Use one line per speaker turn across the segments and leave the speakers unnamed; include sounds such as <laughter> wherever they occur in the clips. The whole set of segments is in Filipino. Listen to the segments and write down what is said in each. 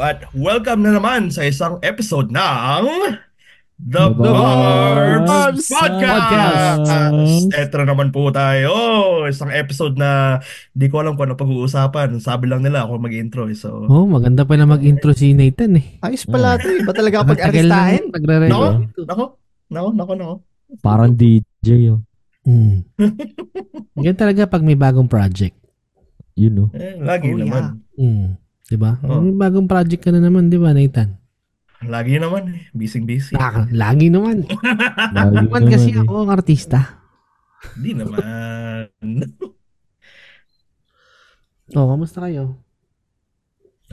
at welcome na naman sa isang episode ng The,
The
Barbs,
Barbs
Podcast!
Podcast.
Etra naman po tayo. Isang episode na di ko alam kung ano pag-uusapan. Sabi lang nila ako mag-intro. eh. So,
Oh, maganda pala mag-intro si Nathan eh.
Ayos pala
Hmm.
ito eh. Ba talaga
Ang
kapag
tagal na oh.
aristahin?
nagre-record
Nako.
ito.
nako, nako, nako, nako.
Parang DJ, oh.
Mm. Ganyan talaga pag may bagong project.
Yun,
<laughs>
oh.
Eh, lagi
Oh, yeah.
naman.
Mm. Diba?
Oh.
May bagong project ka na naman, diba Nathan?
Lagi naman. eh. Busy-busy.
Ah, lagi
<laughs>
naman.
Lagi
Naman kasi
naman, eh.
ako ang artista.
Di
<laughs>
naman.
Oh, kamusta kayo?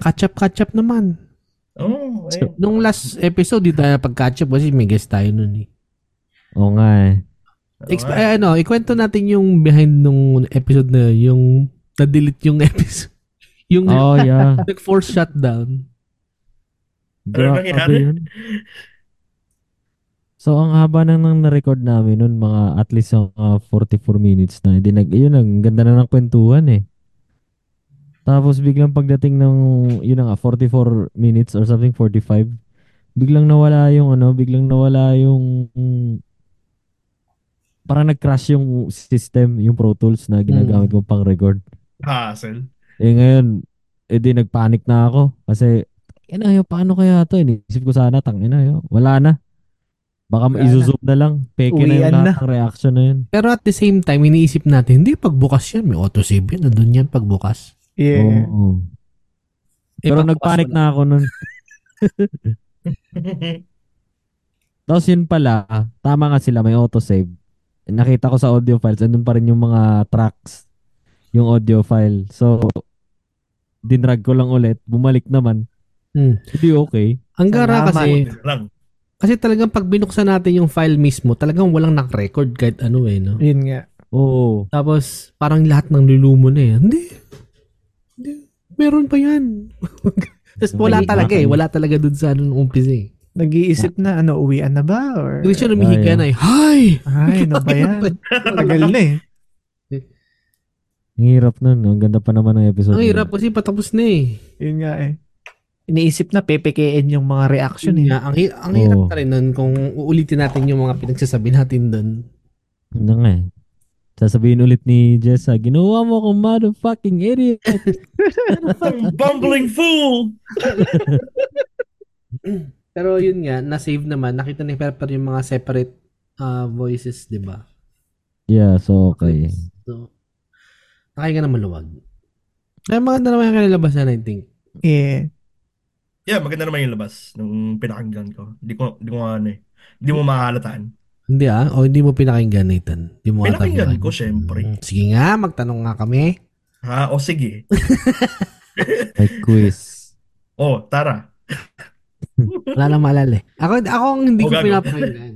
Catch up, catch up naman.
oh, eh.
Nung last episode, di tayo pag-catch up kasi may guest tayo nun eh.
Oo nga, eh.
Exp- eh, ano, ikwento natin yung behind nung episode na yung na-delete yung episode. <laughs> yung
Oh,
<laughs>
yeah.
Ano nag-force shutdown.
Ano nangyari?
Grabe yun. So, ang haba na nang na-record namin nun, mga at least mga 44 minutes na. Hindi nag, yun, ang ganda na ng kwentuhan, eh. Tapos biglang pagdating ng, yun na nga, 44 minutes or something, 45, biglang nawala yung ano, biglang nawala yung, parang nag-crash yung system, yung Pro Tools na ginagamit
Mm.
ko pang record.
Hassle.
Eh ngayon, eh di nagpanik na ako kasi ano yo paano kaya to? Inisip ko sana tangin na yo. Wala na. Baka
Wala
maizuzoom na lang. Peke na
Uwian
yung
na.
lahat ng reaction na yun.
Pero at the same time, iniisip natin, hindi pagbukas yan, may autosave yan, nandun yan pagbukas.
<laughs>
Yeah.
Oo.
Eh,
Pero
pagbukas
nagpanik
wala.
na ako nun. Tapos yun pala, tama nga sila, may autosave. Nakita ko sa audio files, andun pa rin yung mga tracks, yung audio file. So, dinrag ko lang ulit, bumalik naman.
Hmm.
Hindi okay.
Ang gara
Salamat.
kasi,
Lang.
kasi talagang pag binuksan natin yung file mismo, talagang walang nakarecord kahit ano eh, no?
Yun nga.
Oo.
Tapos, parang lahat ng lulumo na eh. Hindi. Hindi. Meron pa yan. Tapos wala
Wait,
talaga eh.
bakit?
Wala talaga dun sa anong umpisa eh.
Nag-iisip na ano, uwian na ba? Or...
Hindi siya
Ayaw.
lumihiga na eh. Hi!
Ay, ano ba yan? Tagal na eh.
Ang hirap nun. Ang ganda pa naman ng episode. na
Ang
yun.
hirap kasi patapos na eh.
Yun nga eh. Iniisip na pepekein yung mga reaction eh.
Nga, ang, hi- ang hirap
Oo.
na rin nun kung uulitin natin yung mga pinagsasabi natin dun.
Ano nga eh. Sasabihin ulit ni Jessa, ginawa mo akong motherfucking idiot.
Ang bumbling fool!
Pero yun nga, na-save naman. Nakita ni Pepper yung mga separate ah, voices, di ba?
Yeah, so okay.
So, nakahinga na maluwag. Ay, maganda naman yung kanilabasan, I think.
Yeah.
Yeah, maganda naman yung labas nung pinakinggan ko. Di ko, di ko ano eh. Di mo mahalataan.
Hindi ah, o hindi mo pinakinggan, Nathan. Hindi mo ata
Pinakinggan ko, syempre.
Mm, Sige nga, magtanong nga kami.
Ha? O sige.
May quiz.
O, tara. <laughs>
Wala nang maalala eh. Ako, ako ang hindi
O,
ko
gago.
pinapakinggan.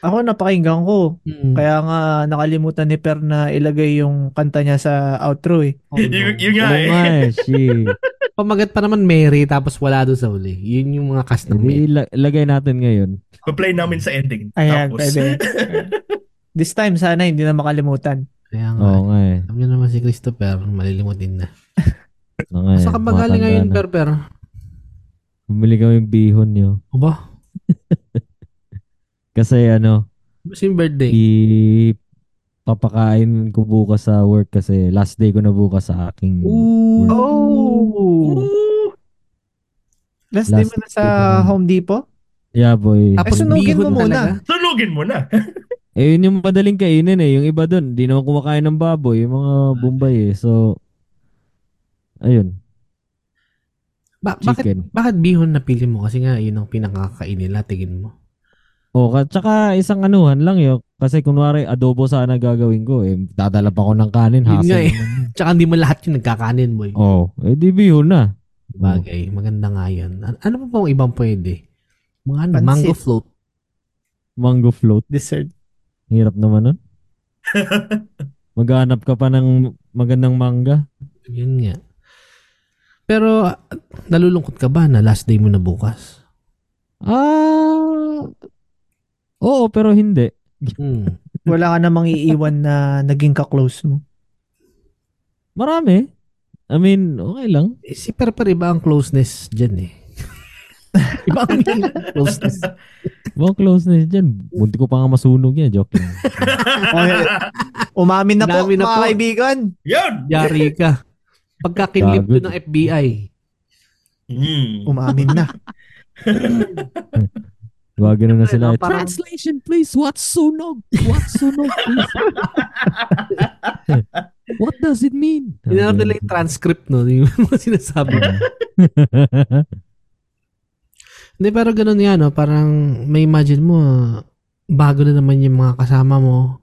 Ako napakinggan ko.
Mm.
Kaya nga nakalimutan ni Per na ilagay yung kanta niya sa outro eh.
Oh, no.
<laughs> Yung, yung nga
Oo
eh.
nga eh, shit.
Pamagat pa naman Mary tapos wala doon sa huli. Yun yung mga cast ng
Hindi,
Mary.
ila- ilagay natin ngayon.
Pa-play namin sa ending.
Ayan,
Tapos, <laughs>
pwede. This time sana hindi na makalimutan.
Kaya nga.
Oo nga eh.
Alam niyo naman si Christopher, malilimutin na.
Oo nga eh.
Sa
Matanda
kabagaling ngayon,
na.
Perper.
Bumili kami yung bihon nyo.
O ba?
Kasi ano,
Kasi yung birthday.
i papakain ko bukas sa work kasi last day ko na bukas sa aking
Ooh.
Oh!
Ooh,
Last, day mo
Last
na sa
day ko na.
Home Depot?
Yeah boy.
Tapos Eh, sunugin
bihon na
mo muna.
talaga.
Sunugin mo na.
Eh, yun yung madaling kainin eh. Yung iba dun, di naman kumakain ng baboy, yung mga Bombay eh. So, ayun,
Ba- bakit,
chicken.
bakit bihon napili mo? Kasi nga, yun ang pinakakain nila, tingin mo.
O, ka- tsaka isang anuhan lang yun. Kasi kunwari, adobo sana gagawin ko. Eh, dadala pa ko ng kanin,
Yun
hassle
nga eh.
naman yun.
Tsaka hindi mo lahat yung nagkakanin mo. eh.
Oo. eh, di bihon na.
Bagay, maganda nga yun. An- ano pa pong ibang pwede? Mga ano,
Pansit.
mango float.
Mango float.
Dessert.
Hirap naman
<laughs>
nun. Maghanap ka pa ng magandang mangga.
Yun nga. Pero, ah, nalulungkot ka ba na last day mo na bukas?
Ah, oo, pero hindi.
Hmm.
Wala ka namang iiwan na naging kaklose mo.
Marami. I mean, okay lang.
Eh, si Per per iba ang closeness dyan eh. <laughs> iba
<laughs>
ang closeness.
Ibang closeness dyan. Munti ko pa nga masunog yan. Joke
<laughs>
lang.
Okay. Umamin na po,
Umamin na
mga
po.
kaibigan.
Yun!
Yari ka. Pagkakinlip
Gago.
doon ng FBI.
Mm.
Umamin na.
Diba, ganun na sila.
Ayun, parang-
Translation, please. What's sunog? What's sunog, <laughs> please? What does it mean?
Hinanap nila yung transcript no, yung <laughs> mga sinasabi. Hindi, pero ganun yan, no? parang may imagine mo, ah, bago na naman yung mga kasama mo.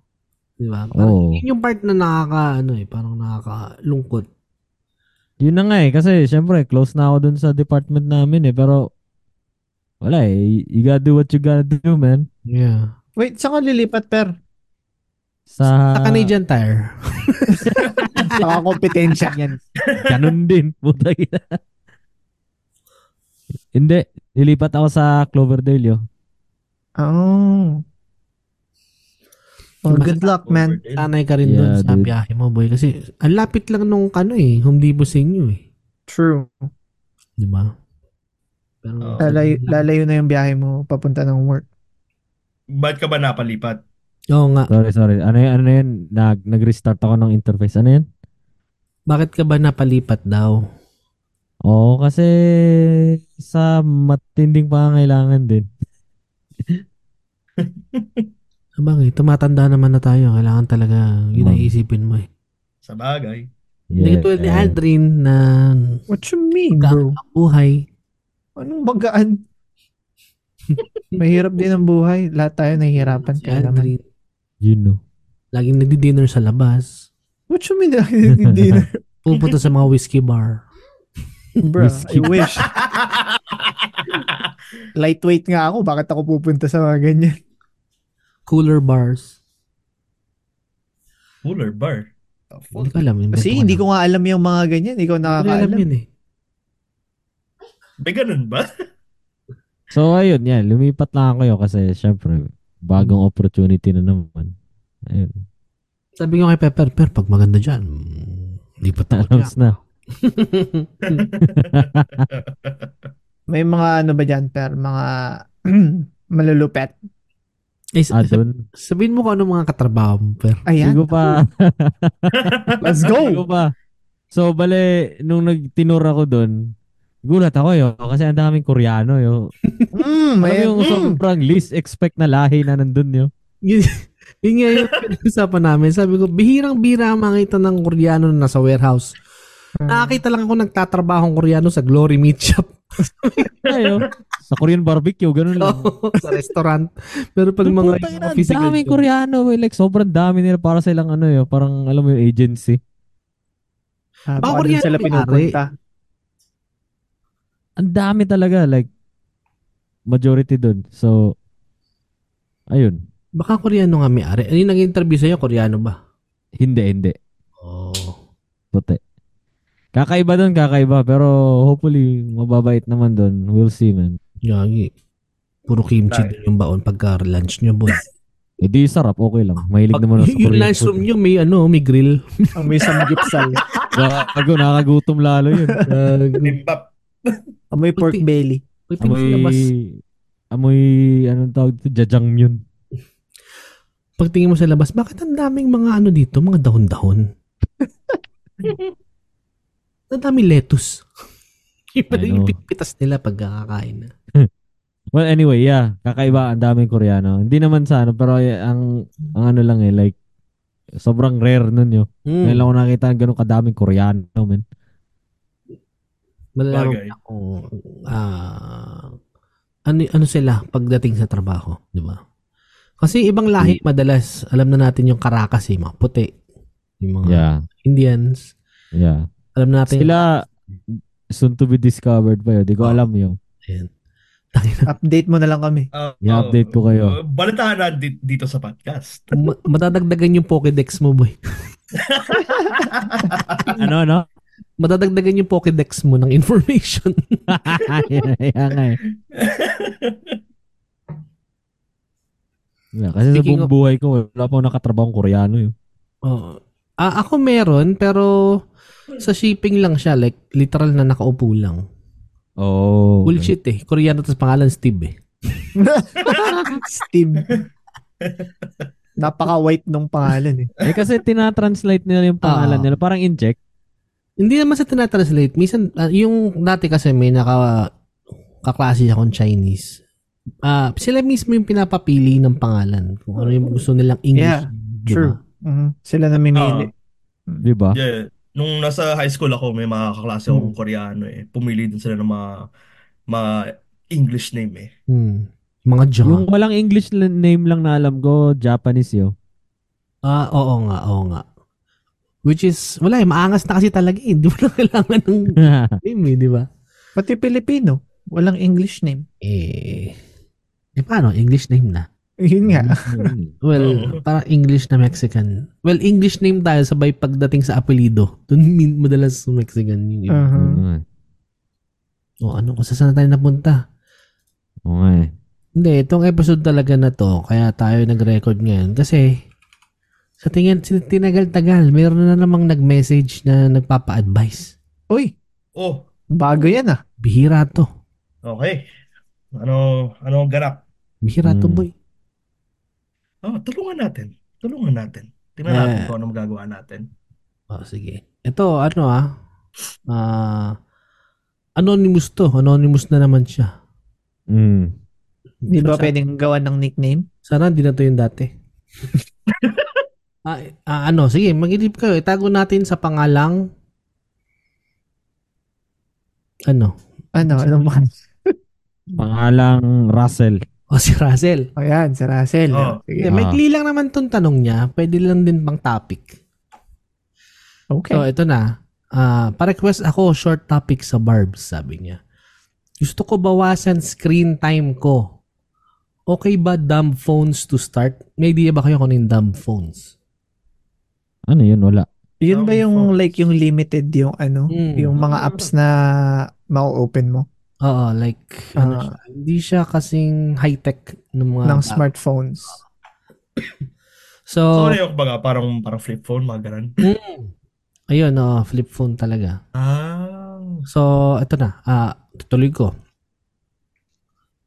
Di ba? Parang
Oo.
yun yung part na nakaka, ano eh, parang nakakalungkot.
<laughs> Yun na nga eh. Kasi, syempre, close na ako dun sa department namin eh. Pero, wala eh. You gotta do what you gotta do, man.
Yeah.
Wait, saan ka lilipat, per?
Sa,
Sa
Ah.
Canadian Tire.
Baka kompetensya yan.
Ganun din. <laughs> Puta kita. Hindi. Nilipat ako sa Cloverdale, yo.
Oh. Oh, good luck, man.
Sanay ka rin
Yeah,
doon sa
dude.
biyahe mo, boy. Kasi ang lapit lang nung ano eh, Home Depot sa inyo eh.
True.
Di ba? Pero,
Oo.
Lalayo, lalayo na yung biyahe mo papunta ng work.
Ba't ka ba napalipat?
Oo nga.
Sorry, sorry. Ano yun? Ano yun? Nag, nag-restart ako ng interface. Ano yun?
Bakit ka ba napalipat daw?
Oo, kasi sa matinding pangangailangan din.
Sabang eh, tumatanda naman na tayo. Kailangan talaga yun
Ma'am.
ang
Hmm.
iisipin mo eh.
Sa bagay.
Hindi tulad ni Aldrin na
What you mean,
Bro.
bro?
ang buhay.
Anong <laughs> bagaan? Mahirap din ang buhay. Lahat tayo nahihirapan.
Si
Kaya naman.
Aldrin,
You know.
laging nagdi-dinner sa labas.
What you mean? <laughs> Hindi na.
Pupunta sa mga whiskey bar.
Bro, I
Whiskey.
<laughs> wish. Lightweight nga ako. Bakit ako pupunta sa mga ganyan?
Cooler bars.
Cooler bar.
Hindi ko alam. invento
Kasi hindi ko nga alam yung mga ganyan.
lang.
Ikaw
Hindi ko alam
nakakaalam.
yun eh.
May ganun ba?
So, ayun, yan. Lumipat lang ako yun kasi, syempre, bagong
Hmm.
opportunity na naman. Ayun.
Sabi ko kay Pepper, Per, pag maganda dyan, hmm, lipat na
<laughs>
ako
Announce na.
May mga ano ba dyan, per? Mga <clears throat> malulupet.
Eh,
Ah,
sa-
dun.
sabihin mo kung ano mga katrabaho mo, Per.
Ayan.
Hindi ko pa.
<laughs> Let's
Hindi <laughs>
go!
ko pa. So, bale, nung nagtinur ako dun, gulat ako yo kasi ang daming Koreano yo. Alam
Mm,
mo
may,
yung
mm.
sobrang least expect na lahi na nandun yo.
Yun, <laughs> yun nga yung pinag-usapan namin. Sabi ko, bihirang-bihira ang makita ng Koreano na nasa warehouse. Nakakita lang ako nagtatrabaho ng Koreano sa Glory Meat Shop. <laughs>
Ayo. Sa Korean barbecue, ganun
Oh.
lang.
<laughs> sa restaurant. Pero pag
Yung
mga,
putang ina,
mga
ang
physical
daming
job,
Koreano, eh. like sobrang dami nila para sa ilang ano yun, parang alam mo yung agency.
Ah,
Baka
baka dun
Koreano
sila
may-ari.
pinupunta.
Ang dami talaga, like majority dun. So, ayun.
baka Koreano nga may-ari. Ano yung nag-interview sa'yo? Koreano ba?
Hindi, hindi.
Oh.
Puti. Kakaiba dun, kakaiba. Pero hopefully, mababait naman dun. We'll see, man.
Yagi. Puro kimchi
Bakit?
din yung baon pagka-lunch nyo, boy.
E di sarap, okay lang. Mahilig
Pag,
naman ako sa
<laughs> yung
Korean
lunchroom
food.
nyo may ano, may <laughs> grill.
Ang may samgyupsal.
Gago, nakagutom lalo
<laughs>
yun.
Uh,
Bimbap.
Amoy pork
Puti.
belly.
Amoy,
may pinalabas.
amoy, anong tawag dito? Jajangmyeon.
pagtingin mo sa labas, bakit ang daming mga ano dito, mga
<laughs>
dahon-dahon? ang daming lettuce. <laughs> Yung pala
I
yung
know.
pitpitas nila pag kakakain.
Well, anyway, yeah. Kakaiba, ang daming Koreano. Hindi naman sa ano, pero eh, ang, ang ano lang eh, like, sobrang rare nun yun.
Mm.
Ngayon lang ako nakita ng ganun kadaming Koreano, man.
Malalaman
Bagay.
mo kung, ah, ano, ano sila pagdating sa trabaho, di ba? Kasi ibang lahi madalas, alam na natin yung Caracas, eh, mga puti, yung mga
Yeah,
Indians,
yeah.
alam na natin
Sila, soon to be discovered pa yun. Di ko
Oh.
alam <laughs> yun.
Ayan. Tangina.
Update mo na lang
<laughs>
kami.
Ah,
I-update ko kayo.
ah, balitaan na di- dito sa podcast.
Ma- matadagdagan yung Pokedex mo, boy. <laughs>
ano, ano? <laughs>
Matadagdagan yung Pokedex mo ng <laughs> information.
yeah, nga eh. Yeah, kasi
Speaking
sa buong eh,
of-
buhay ko, wala pa akong nakatrabahong Koreano yun.
Oo. Ah, ako meron, pero sa shipping lang siya. Like, literal na nakaupo lang.
Oo. Oh,
Bullshit eh. Koreano tas pangalan Steve eh.
Steve. Napaka-white nung pangalan eh.
Eh kasi tinatranslate nila yung pangalan
Ah.
nila. Parang inject.
Hindi naman sa tinatranslate. Minsan, ah, yung dati kasi may naka, kaklase akong Chinese. Ah, sila mismo yung pinapapili ng pangalan. Kung ano yung gusto nilang English.
Yeah,
di ba?
True. Mhm. Sila namimili.
Di ba?
Yeah. Nung nasa high school ako, may mga kaklase akong Koreano eh. Pumili din sila ng mga, mga English name eh.
Hmm. Mga John.
Yung walang English l- name lang na alam ko, Japanese
<laughs>
yun.
Ah, oo nga, oo nga. Which is, wala eh, maangas na kasi talaga eh. <laughs> Hindi mo na kailangan ng name eh, di ba?
Pati Pilipino. Walang English name. <laughs>
Eh, eh paano? English name na.
Yun nga.
Well,
Oo.
parang English na Mexican. Well, English name tayo sabay pagdating sa apelido. Doon min- madalas sa Mexican yung iba.
Oo
Mhm.
nga eh.
O ano, kung saan tayo napunta?
Oo nga eh.
Hindi, itong episode talaga na to, kaya tayo nag-record ngayon. Kasi, sa tingin, sin- tinagal-tagal, meron na namang nag-message na nagpapa-advise.
Uy,
Oh,
bago yan ah.
Bihira to.
okay. Ano, ano ang ganap?
Bihira
Hmm.
to,
Mm.
boy.
Oh, tulungan natin. Tulungan natin. Tingnan natin
Eh.
kung anong gagawa natin.
Oh, sige. Ito, ano ah. Ah, anonymous to. Anonymous na naman siya.
Mm.
Di ba
Sa-
pwedeng gawan ng nickname?
Sana hindi na to yung dati. ah, ah, ano, sige, mag-ilip kayo. Itago natin sa pangalang ano?
Ano? Ano ba?
Pangalang Russell.
O si Russell.
O yan, si Russell.
Oh.
Hindi,
Sige.
Ah.
may kli lang naman tong tanong niya. Pwede lang din bang topic.
Okay.
So, ito na. Ah, pa-request ako short topic sa Barbs, sabi niya. Gusto ko bawasan screen time ko. Okay ba dumb phones to start? May idea ba kayo kung ano yung dumb phones?
Ano yun? Wala.
Yun ba
Dumb
yung
phones.
like yung limited yung ano?
Hmm.
Yung mga apps na mau-open mo
Oo, like, ano
Ah.
siya, hindi siya kasing high-tech ng mga...
ng smartphones.
So,
So,
ano yung kumbaga, parang, parang flip phone, mga ganun.
ayun, oh, flip phone talaga.
Ah.
So, ito na. Ah, tutuloy ko.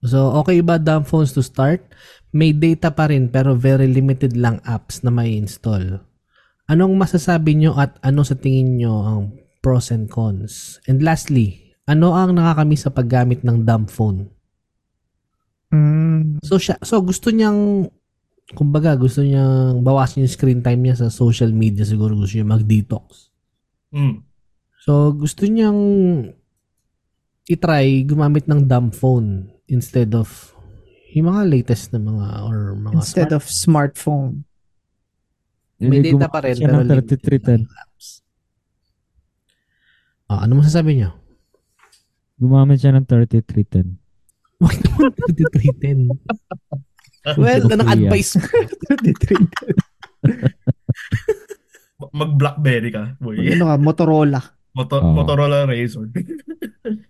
So, okay ba dumb phones to start? May data pa rin pero very limited lang apps na may install. Anong masasabi nyo at ano sa tingin nyo ang pros and cons? And lastly, ano ang nakakamiss sa paggamit ng dumb phone?
Mm,
So, siya, so gusto niyang, kumbaga, gusto niyang bawasan yung screen time niya sa social media. Siguro gusto niya mag-detox.
<laughs> Mm.
So, gusto niyang itry gumamit ng dumb phone instead of yung mga latest na mga or mga
instead of smartphone.
May
Hindi
data
gumawa
pa rin,
Eh, siya
pero
ng
limited
3310.
lang yung apps. Ah, ano masasabi niyo? <laughs>
Gumamit siya ng 3310.
Bakit naman 3310? well,
Kuya.
anong advice mo?
Mag-Blackberry ka, boy.
ano ka, Motorola.
Moto-
Oo.
Motorola Razr.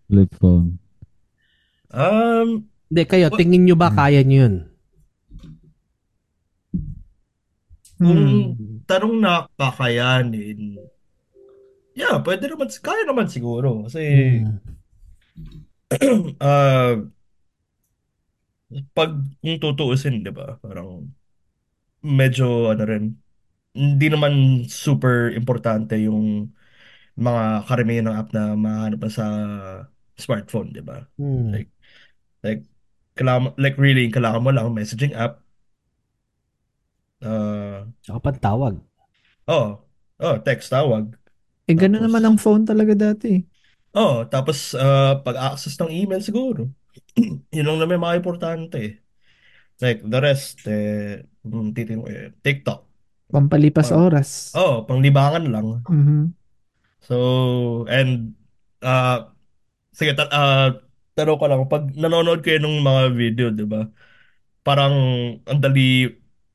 Flip phone.
Um,
<laughs> Hindi, kayo, tingin niyo ba kaya niyo yun?
Kung
Hmm.
tanong na kakayanin, yeah, pwede naman, kaya naman siguro. Kasi,
Hmm.
<clears throat> ah, pag yung tutuusin, di ba, parang medyo, ano rin, hindi naman super importante yung mga karamihan ng app na mahanap na sa smartphone, di ba?
Hmm.
Like, like, kailangan, like really, kailangan mo lang messaging app, ah,
Tsaka pantawag.
Oh, oh, text tawag.
Eh, ganun
Tapos-
naman ang phone talaga dati. eh.
Oh, tapos ah, pag-access ng email siguro. <clears throat> Yun lang naman yung mga importante. eh. Like the rest, eh, mm, titin eh, TikTok.
Pampalipas
Ah.
oras.
Oh, panglibangan lang.
Mhm.
So, and ah sige, ta ah, tanong ko lang, pag nanonood kayo ng mga video, di ba? Parang ang dali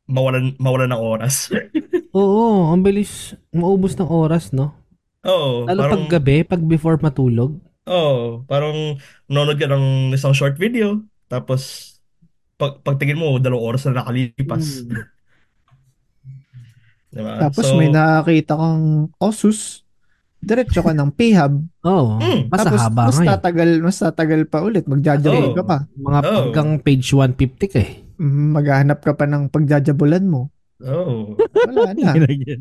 mawalan, mawalan ng oras. <laughs>
Oo, ang bilis maubos ng oras, no?
Oh,
Lalo
parang,
pag gabi, pag before matulog.
Oh, parang nanonood ka ng isang short video, tapos pag pagtingin mo, dalawang oras na nakalipas.
Hmm.
Diba?
Tapos
so,
may nakakita kang Osus, diretso ka ng PHAB.
Oo.
Mm,
mas
tapos
haba
<laughs> mas eh.
ngayon.
tatagal, mas tatagal pa ulit. Magjajabulan
Oo.
ka pa.
Mga
Oo.
hanggang page 150 ka eh.
Mm, Maghahanap ka pa ng pagjajabulan mo.
Oh.
<laughs>
<laughs>
Wala na.
Eh,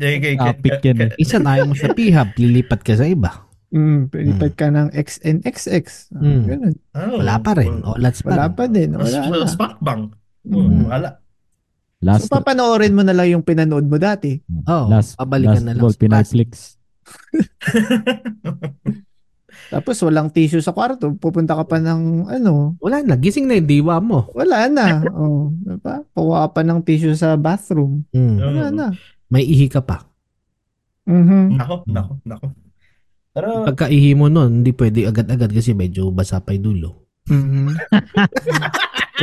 kay- kay-
Topic yan eh.
Minsan ayaw mo sa PHAB, lilipat ka sa iba.
Mm, pilipat ka ng XNXX. Ah,
Mm.
Ganun.
oh,
Wala pa rin. O, lats pa
Wala
rin.
pa din. Wala
Wala
na.
Spark bang? Oh,
Mm.
Wala. <laughs>
Last,
So, papanoorin mo na lang yung pinanood mo dati.
Oo,
last,
oh,
last
pabalikan na lang
ball,
sa plastic.
Pinayflix.
Tapos walang tissue sa kwarto. Pupunta ka pa ng ano.
Wala na. Gising na yung diwa mo.
Wala na. Oh, diba? Pawa ka pa ng tissue sa bathroom.
Mm.
Oo.
Wala na.
May ihi ka pa.
Mhm.
Nako, nako, nako. Pero,
Pagkaihi mo nun, hindi pwede agad-agad kasi medyo basa pa yung dulo.
Mhm.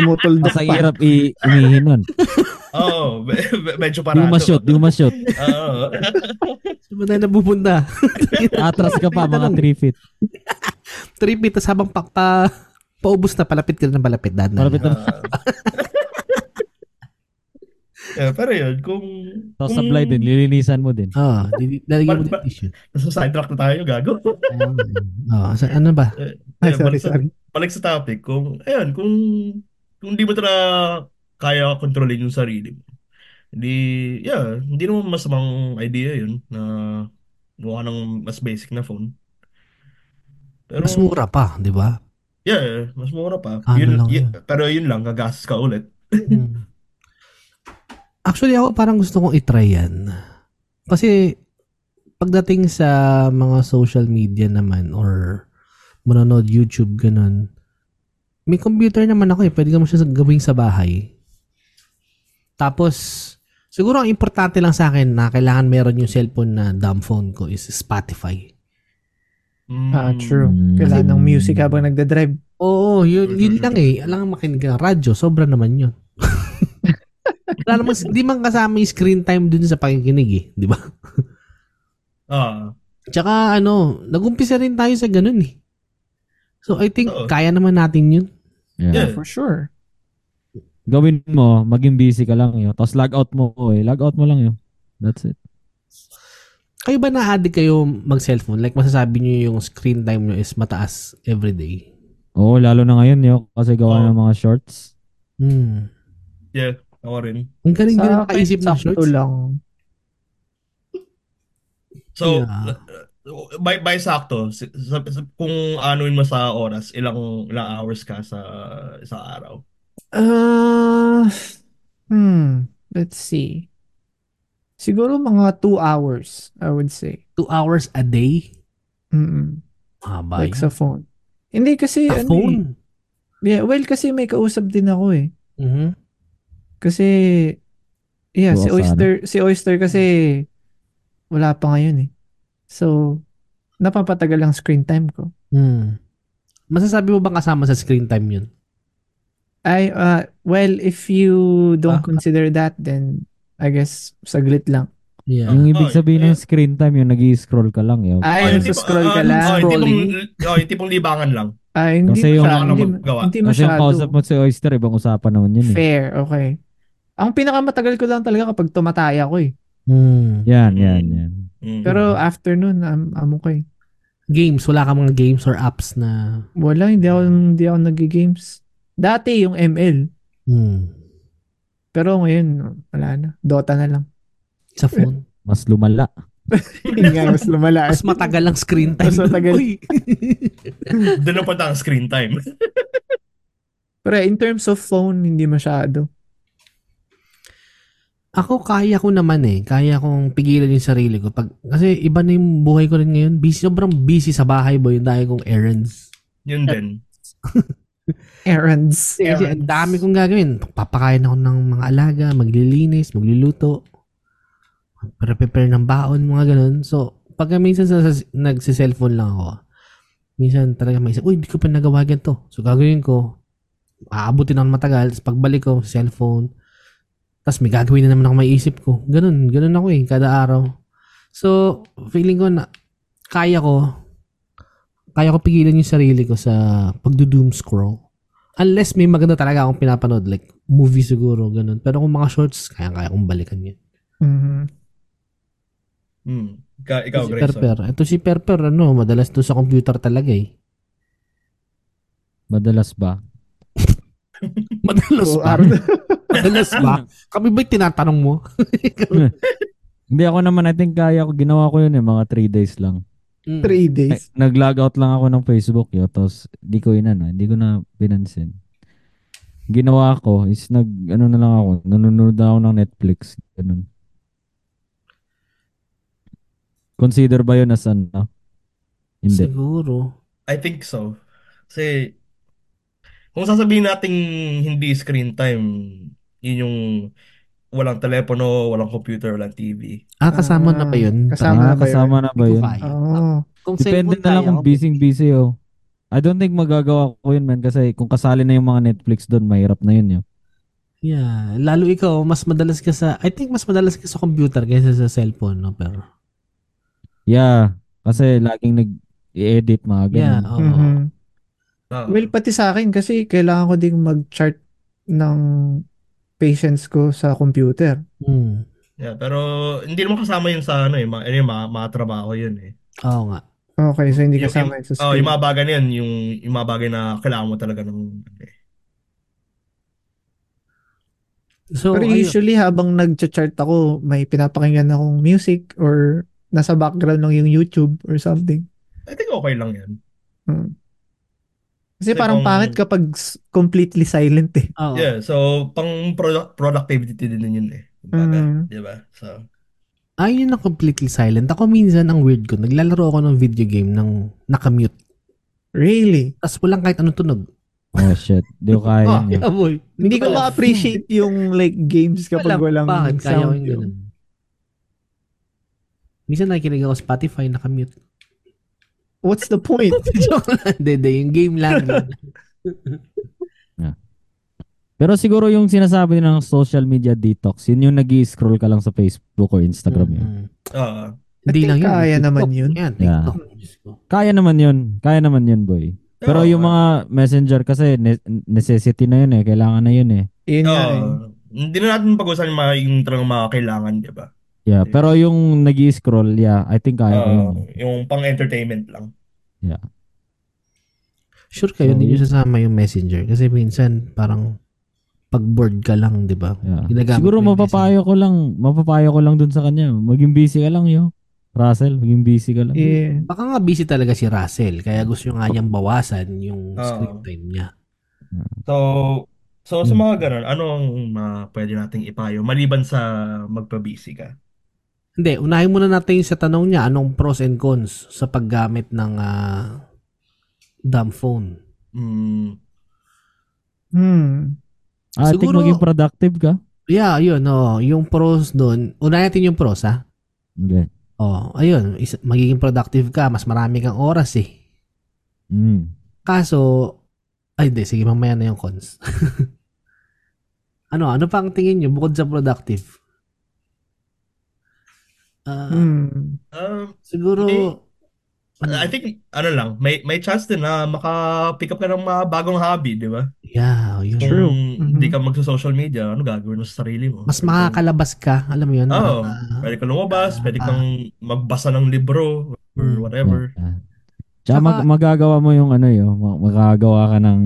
Tumutuldok
Mas ang
pa.
<laughs>
hirap i- umihin nun.
oh, me- me- medyo
Di
parado.
mo ma-shoot, di mo ma-shoot.
Oo.
Saan ba tayo napupunta?
Atras ka pa, mga 3 feet.
3 feet, tas habang pa, pa, paubos na, palapit ka na ng palapit. Dahan na.
Malapit na.
Ah. Eh, pero yun, kung...
Tapos
kung-
supply din, lilinisan mo din.
Oo, di- di- lalagyan
Ba-
mo ng
ba-
tissue.
Nasa <laughs> sidetrack na tayo, gago.
Oo, sa- ano ba?
Eh,
Ay, sorry,
balik sa-
sorry.
balik sa topic, kung, ayun, kung, kung di mo tala kaya kontrolin yung sarili mo, di, yeah, hindi naman masamang idea yun na gawa ng mas basic na phone. Pero,
Mas mura pa, di ba?
yeah, mas mura pa.
Ano
Yun-
lang
y- pero yun lang, gagastos ka ulit.
Mm. Actually, ako parang gusto kong itry yan. Kasi, pagdating sa mga social media naman or manonood YouTube, ganun, may computer naman ako eh. Pwede ka mo siya sa- gawing sa bahay. Tapos, siguro ang importante lang sa akin na kailangan meron yung cellphone na dumb phone ko is Spotify.
Mm,
Ah, true.
Mm.
Kailangan ng music habang nagdadrive.
Oo, yun,
Mm.
yun lang eh. Alam nga makinig ng radyo, sobra naman yun. Wala naman, di man kasama yung screen time dun sa pakikinig eh, di ba?
Ah,
Tsaka ano, nagumpisa rin tayo sa ganun eh. So I think
Oo.
kaya naman natin yun.
yeah.
Yeah.
For sure.
Gawin mo, maging busy ka lang yun. Tapos log out mo, eh. Log out mo lang yun. That's it.
Kayo ba na-addict kayo mag-cellphone? Like masasabi nyo yung screen time nyo is mataas everyday.
Oo, lalo na ngayon yun. Kasi gawa ng mga shorts.
Hmm.
Yeah, ako rin.
Ang galing din
Sa
nakaisip ng
sakto
shorts.
lang.
So, uh,
Yeah.
by, by sakto, si- sa- sa- kung anuin mo sa oras, ilang, ilang hours ka sa sa araw.
Ah, hmm. Let's see. Siguro mga two hours, I would say.
Two hours a day?
Mm-mm.
Haba
Like
yun.
sa phone. Hindi kasi,
Sa
ano eh.
phone?
Yeah, well, kasi may kausap din ako eh.
Mhm.
Kasi, yeah,
Bukas
si
sana.
Oyster, si Oyster kasi wala pa ngayon eh. So, napapatagal ang screen time ko.
Hmm. Masasabi mo bang kasama sa screen time yun?
I, uh, well, if you don't
Ah.
consider that, then I guess saglit lang.
Yeah.
Yung
Ah,
ibig
oh,
sabihin
yeah.
ng screen time yun, nag scroll ka lang
Oh,
yun.
Ay,
yung
nasa
tipong-
scroll ka
ah,
lang.
Oh, yung tipong,
Scrolling.
oh, yung tipong libangan lang.
Ah, hindi
Kasi yung-
Wala
ano
masyado.
ka
Hindi,
namang magawa.
hindi
Kasi yung
masyado.
kausap mo si Oyster, ibang usapan naman yun eh.
Fair, okay. Ang pinakamatagal ko lang talaga kapag tumataya ko eh.
Hmm.
Yan, yan, yan.
Mm.
Pero
Mm-hmm.
afternoon, am amo ko eh.
Games, wala ka mga games or apps na
Wala, hindi ako, hindi ako nag-games. Dati yung ML.
hmm,
Pero ngayon, wala na. Dota na
<laughs>
lang.
sa phone.
Mas lumala.
Yun nga, mas lumala.
Mas matagal ang screen time.
Mas
nun,
matagal.
boy.
Doon na punta ang screen time. <laughs>
Pero in terms of phone, hindi masyado.
Ako, kaya ko naman eh. Kaya kong pigilan yung sarili ko. Pag, kasi iba na yung buhay ko rin ngayon. Busy, sobrang busy sa bahay boy. Yung dahil kong errands.
Yun din.
Errands.
Kasi ang dami kong gagawin. Papakain ako ng mga alaga, maglilinis, magluluto, prepare ng baon, mga ganun. So, pagka minsan sa, sa, nagsiselfone lang ako, minsan talaga may isip, uy, di ko pa nagawa ganito. So, gagawin ko, aabutin ako ng matagal, tapos pagbalik ko, cellphone, tapos may gagawin na naman ako may isip ko. Ganun, ganun ako eh, kada araw. So, feeling ko na, kaya ko, kaya ko pigilan yung sarili ko sa pagdo-doom scroll. Unless may maganda talaga akong pinapanood. Like, movie siguro, ganun. Pero kung mga shorts, kaya-kaya kong balikan yun.
Mhm.
Hmm. Ikaw, ikaw
si
Grayson.
Perper. Ito si Perper, ano, madalas to sa computer talaga eh. <laughs>
Madalas ba?
Madalas
So,
ba?
araw-
madalas ba? Kami ba'y tinatanong mo?
Hindi ako naman, I think kaya ko, ginawa ko yun eh, mga 3 days lang.
Mm.
Eh,
three days.
<laughs>
Nag-log out lang ako ng Facebook yun, tapos di ko yun ano, hindi ko na pinansin. Ginawa ko is nag, ano na lang ako, nanonood na ako ng Netflix, ganun. Consider ba yun as ano? Hindi.
Siguro.
I think so. Kasi kung sasabihin nating hindi screen time, yun yung walang telepono, walang computer, walang TV.
Ah, kasama na ba yun?
Ah,
Kasama na ba yun? Ah.
kasama na ba
Hindi ko
yun?
kaya.
Oo.
Kung
Depende
cellphone
na lang
kaya,
kung
okay.
busy-busy oh. I don't think magagawa ko yun man kasi kung kasali na yung mga Netflix doon, mahirap na yun yun.
Yeah. Lalo ikaw, mas madalas ka sa, I think mas madalas ka sa computer kaysa sa cellphone, no? Pero,
Yeah, kasi laging nag-edit mga
yeah,
ganun.
oo.
Mhm.
Ah,
Well, pati sa akin kasi kailangan ko ding mag-chart ng patients ko sa computer.
Mm.
yeah, pero hindi naman kasama yun sa ano eh, mga, ano yun, mga, mga trabaho yun eh.
Oo nga.
Okay, so hindi
Yung-
kasama yun sa
Oh,
screen.
yung mga bagay na yun, yung, yung mga bagay na kailangan mo talaga ng eh.
So, Oh,
Pero
ayun.
usually habang nag-chart ako, may pinapakinggan akong music or nasa background lang yung YouTube or something.
I think okay lang yan.
Mm. Kasi
Kasi
parang
kung-
pangit kapag s- completely silent eh.
Oo.
Yeah, so pang product productivity din yun eh. Kumbaga,
Mm.
di ba? So,
Ayun na completely silent. Ako minsan, ang weird ko, naglalaro ako ng video game ng nakamute.
Really?
Tapos walang kahit anong tunog.
Oh shit, di ko kaya
<laughs>
Ah,
yun. yun.
Yeah, boy.
Hindi ko ma-appreciate yung like games kapag
Wala,
walang
bakit kaya ko yung
sound. yun.
ganun. Minsan nakikinig ako Spotify, nakamute. <laughs>
What's the
<laughs>
point?
Joke lang. Dede, yung game lang.
Pero siguro yung sinasabi ng social media detox, yun yung nag scroll ka lang <laughs> sa Facebook or Instagram yun.
Mm.
ah,
Hindi
I think
lang yun.
kaya
TikTok.
naman yun.
Yan,
Yeah.
TikTok. Diyos ko.
Kaya naman yun, kaya naman yun boy. Pero
oo,
yung mga messenger kasi ne- necessity na yun eh, kailangan na yun eh.
Yun nga eh.
oo. hindi na natin pag-usapan yung mga yung talagang mga kailangan, di ba?
Yeah,
Mm.
Yeah.
pero yung nag scroll yeah, I think kaya ko
Ah,
yun.
yung pang-entertainment lang.
Sure
So,
kayo, hindi nyo
yun.
sasama yung messenger. Kasi minsan, parang pag bored ka lang, di ba?
Yeah.
Ginagamit
Siguro
mo yung
mapapayo ko lang, mapapayo ko lang dun sa kanya. Maging busy ka lang yo. Russell, maging busy ka lang.
Yeah.
Baka nga busy talaga si Russell. Kaya gusto nga niyang bawasan yung
Oo.
screen time niya.
So, so sa
Yun.
mga ganun, anong mga pwede nating ipayo maliban sa magpabisi ka?
Hindi, unahin muna natin yung sa tanong niya. Anong pros and cons sa paggamit ng ah, dumb phone?
Mm,
Hmm.
Ah, I think
Siguro-
maging productive ka.
Yeah, yun. Oh, yung pros doon. Unahin natin yung pros, ha?
Okay.
Oh, ayun. Is, magiging productive ka. Mas marami kang oras, eh.
Mm.
Kaso, ay, di. Sige, mamaya na yung cons. <laughs> ano, ano pa ang tingin nyo bukod sa productive? Ah,
Hmm.
um,
Siguro,
Eh,
ano,
I think ano lang, may may chance din na maka-pick up ka ng mga bagong hobby, di ba?
yeah, yun.
Kung
True.
hindi ka magsa-social media, ano gagawin mo sa sarili mo? Pwede
Mas
kang-
makakalabas ka. Alam mo yun?
Oo.
Makaka-
Pwede kang lumabas,
Ah,
pwede
ah.
kang magbasa ng libro or
Hmm.
whatever.
Yeah. Tsaka mag-
Tsaka-
magagawa mo yung ano yo, mag- magagawa ka ng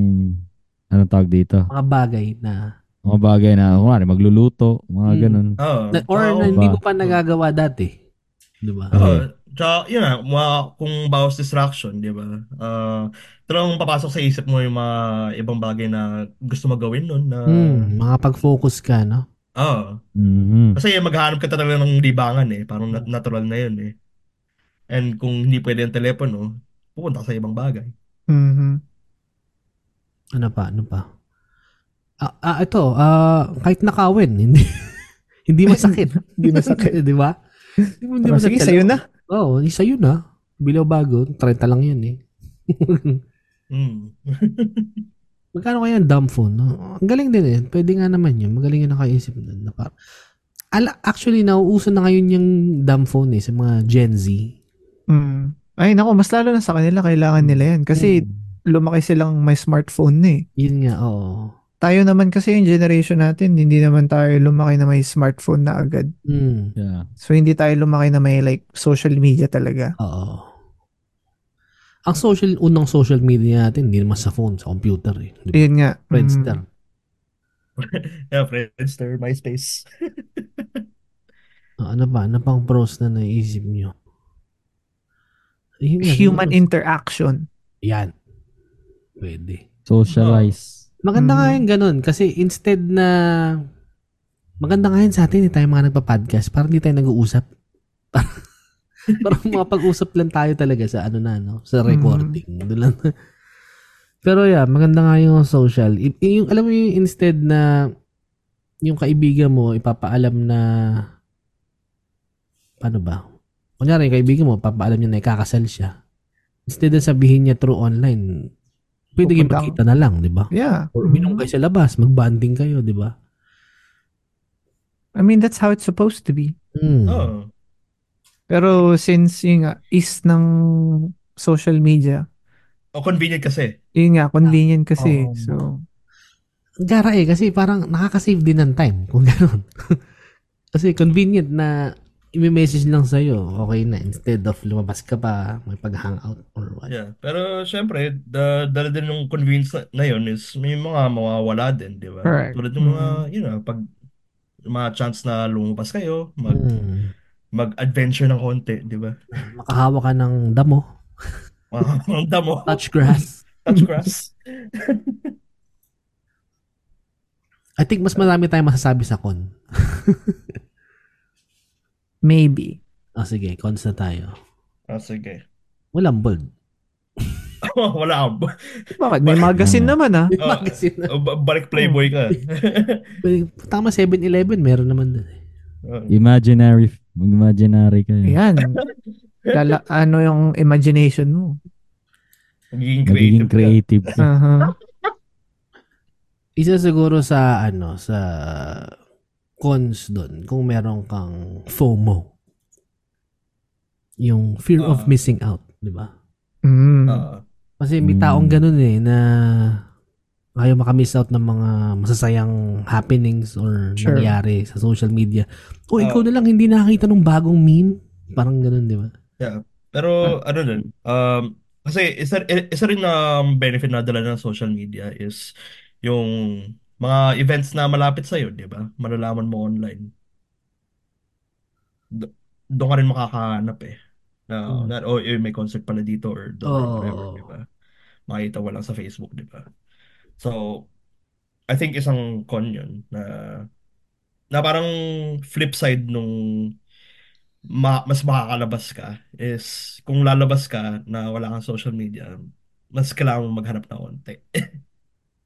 ano tawag dito.
mga bagay na
Mga bagay na, kunwari, magluluto, mga
Mm.
ganun.
Oo.
Na, or
Oo.
na hindi mo
Ba?
pa nagagawa dati. Di ba?
Ah.
Oo. Tsaka, yun na, mga, kung bawas distraction, di ba? Ah, talagang papasok sa isip mo yung mga ibang bagay na gusto mo gawin nun na,
Hmm, mga pag-focus ka, no?
oo.
Mhm.
Kasi maghahanap ka talaga ng libangan eh, parang nat- natural na yun eh. And kung hindi pwede ang telepono, pupunta ka sa ibang bagay.
Mhm.
Ano pa, ano pa? Ah, ah, ito, ah, kahit nakawin, <laughs> hindi hindi masakit.
<laughs> Hindi masakit.
<laughs> di ba? Hindi mo- hindi
Pero
masakit.
sige, sa'yo na.
Oo, oh, sa'yo na. Bilaw bago, 30 lang yan eh.
Mm.
Magkano kaya ang dumb phone? No? Ang galing din eh. Pwede nga naman yun. Magaling yung nakaisip nun. Na par- Ala, actually, nauuso na ngayon yung dumb phone eh, sa mga Gen Z.
Mm. Ay, nako, mas lalo na sa kanila, kailangan nila yan. Kasi
Hmm.
lumaki silang may smartphone na eh.
Yun nga, oo.
Tayo naman kasi yung generation natin, hindi naman tayo lumaki na may smartphone na agad.
Mm.
Yeah.
So, hindi tayo lumaki na may like social media talaga.
Oo. Ang social, unang social media natin, hindi naman sa phone, sa computer eh. Di ba?
Yun nga. mm,
Friendster.
Yeah, Friendster, MySpace.
Ah, ano ba? Ano pang pros na naisip nyo? Ayun nga,
Hmm. human
yun.
interaction.
Yan. Pwede.
Ah.
Socialize.
Maganda nga
Mm.
yung ganun. Kasi instead na... Maganda nga yun sa atin, eh, tayo mga nagpa-podcast. Parang hindi tayo nag-uusap. <laughs> Parang- parang makapag-usap lang tayo talaga sa ano na, no?
Mm-hmm.
Sa recording. Doon lang. <laughs> Pero yeah, maganda nga yung social. I- yung, alam mo yung instead na yung kaibigan mo, ipapaalam na... Paano ba? Kunyari, yung kaibigan mo, papaalam niya na ikakasal siya. Instead na sabihin niya through online, pwede kayo
Pupunta ako.
magkita na lang, di ba?
Yeah.
Or uminom kayo sa labas, magbanding kayo, di ba?
I mean, that's how it's supposed to be.
Mm.
Oh.
Pero since yun nga, is ng social media,
Oh, convenient kasi.
yun nga, convenient kasi.
Oo.
So,
Gara eh, kasi parang nakakasave din ng time kung gano'n. <laughs> kasi convenient na i-message lang sa'yo, okay na, instead of lumabas ka pa, may pag-hangout or what.
Yeah. Pero syempre, da, dala din ng convenience na, na yun is may mga mawawala din, di ba?
Correct.
Tulad ng mga, you know, pag mga chance na lumabas kayo, mag,
Mm.
mag-adventure ng konti, di ba?
Makahawa ka ng damo,
Ang damo,
touch grass.
touch grass.
<laughs> I think mas marami tayong masasabi sa con.
maybe.
Ah, sige, cons na tayo.
Ah, sige. <laughs>
Walang bold.
Wala ako.
Bakit?
Bakit?
May magazine
Ano?
naman ah.
May
Oh.
magazine na.
Oh, ba- Balik playboy ka.
Tama, 7-Eleven, meron naman dun eh.
Oh.
Imaginary. Mag-imaginary ka. eh.
Ayan. Lala, ano yung imagination mo?
Magiging
Magiging
creative ka.
creative. ka.
Aha.
Isa siguro sa ano sa cons doon kung meron kang FOMO. Yung fear of
Ah.
missing out, 'di ba?
Mm.
Ah,
Kasi may
Mm.
taong ganun eh na ayaw makamiss out ng mga masasayang happenings or
Sure.
nangyari sa social media. O
Ah.
ikaw na lang hindi nakakita ng bagong meme. Parang ganun, 'di ba?
Pero
Ah.
ano din, um, kasi isa, isa rin na benefit na dala ng social media is yung mga events na malapit sa'yo, di ba? Malalaman mo online. Do- doon ka rin makakahanap eh. Na,
Mm.
na, oh, eh, may concert pala dito or doon or
Oo.
whatever, di ba? Makita mo lang sa Facebook, di ba? So, I think isang con yun na, na parang flip side nung ma- mas makakalabas ka is kung lalabas ka na wala kang social media, mas kailangan mong maghanap ng konti.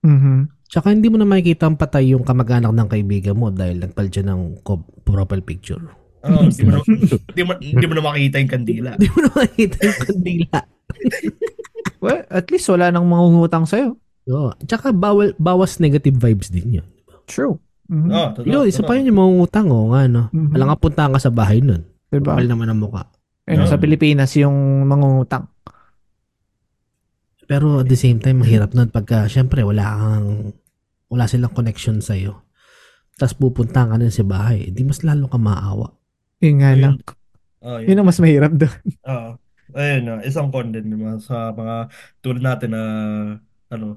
Mhm.
Tsaka hindi mo na makikita ang patay yung kamag-anak ng kaibigan mo dahil nagpalit siya ng co- profile picture.
Oh, di
<laughs>
mo na, di mo, di mo na makita yung kandila.
Hindi mo na makikita yung kandila.
Well, at least wala nang mangungutang sa'yo.
Oo. Tsaka bawal, bawas negative vibes din yun.
True. Mhm.
Oh, totoo,
Yun, isa
totoo.
pa yun yung mangungutang, oo nga, no?
Hmm.
Mhm.
Alam nga, punta ka sa bahay nun.
Diba?
Kapal naman ang mukha.
Ayun,
Yeah.
sa Pilipinas, yung mangungutang.
Pero at the same time, mahirap nun pagka, syempre, wala kang, wala silang connection sa'yo. Tapos pupunta ka nun sa bahay, di mas lalo ka maawa.
Yun nga
Ayun.
lang.
Oh, yun.
Yun ang mas mahirap doon. <laughs>
Oo. ayun na, isang con din naman sa mga tulad natin na ano,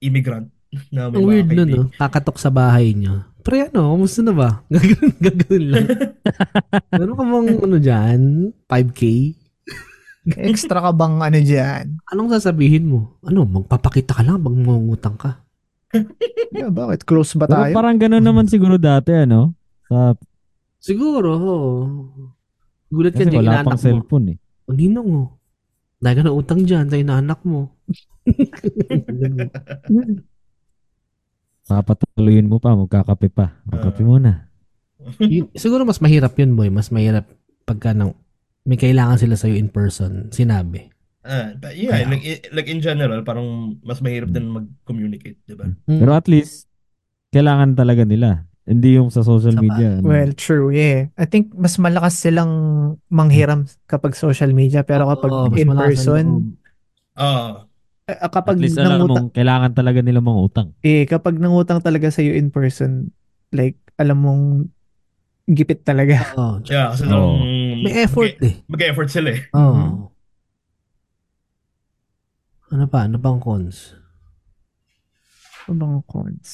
immigrant na may
Ang
mga
weird nun, ah. no?
kaibigan.
Kakatok sa bahay niyo. Pre, ano, kamusta na ba? <laughs> Gagano'n, gagano'n
<laughs>
lang. Meron ka bang, ano dyan, 5K?
Extra ka bang ano dyan?
Anong sasabihin mo? Ano, magpapakita ka lang bang mangungutang ka?
Yeah, Diba? bakit? Close ba
Pero
tayo?
parang ganun naman siguro dati, ano? Sa,
Siguro, oo. Gulat ka
kasi
dyan,
wala
inaanak
pang
mo.
cellphone eh.
Ang ginong mo. oh. Dahil ka na utang dyan sa inaanak
<laughs>
mo.
Papatuloyin mo pa, magkakape pa. Magkape muna.
Yun- siguro mas mahirap yun, boy. Mas mahirap pagka nang may kailangan sila sa'yo in person, sinabi.
Ah, but yeah,
Kaya-
like, i- like in general, parang mas mahirap din mag-communicate, di
Hmm.
ba?
Pero at least, kailangan talaga nila. Hindi yung sa social
Sa
media. ano.
Well, true, yeah. I think mas malakas silang manghiram kapag social media pero kapag
Oo, mas malakas
in
ang
person,
loob.
Ah,
eh,
At
kapag
least alam
nangutang,
mong kailangan talaga nila mga utang.
eh, kapag nangutang talaga sa'yo in person, like, alam mong gipit
<laughs>
talaga.
Oh,
Yeah, kasi
Oo.
talagang
may effort eh.
Mag-effort sila eh.
<laughs> Oh.
Mhm.
Ano pa? Ano pang cons?
Ano mga cons?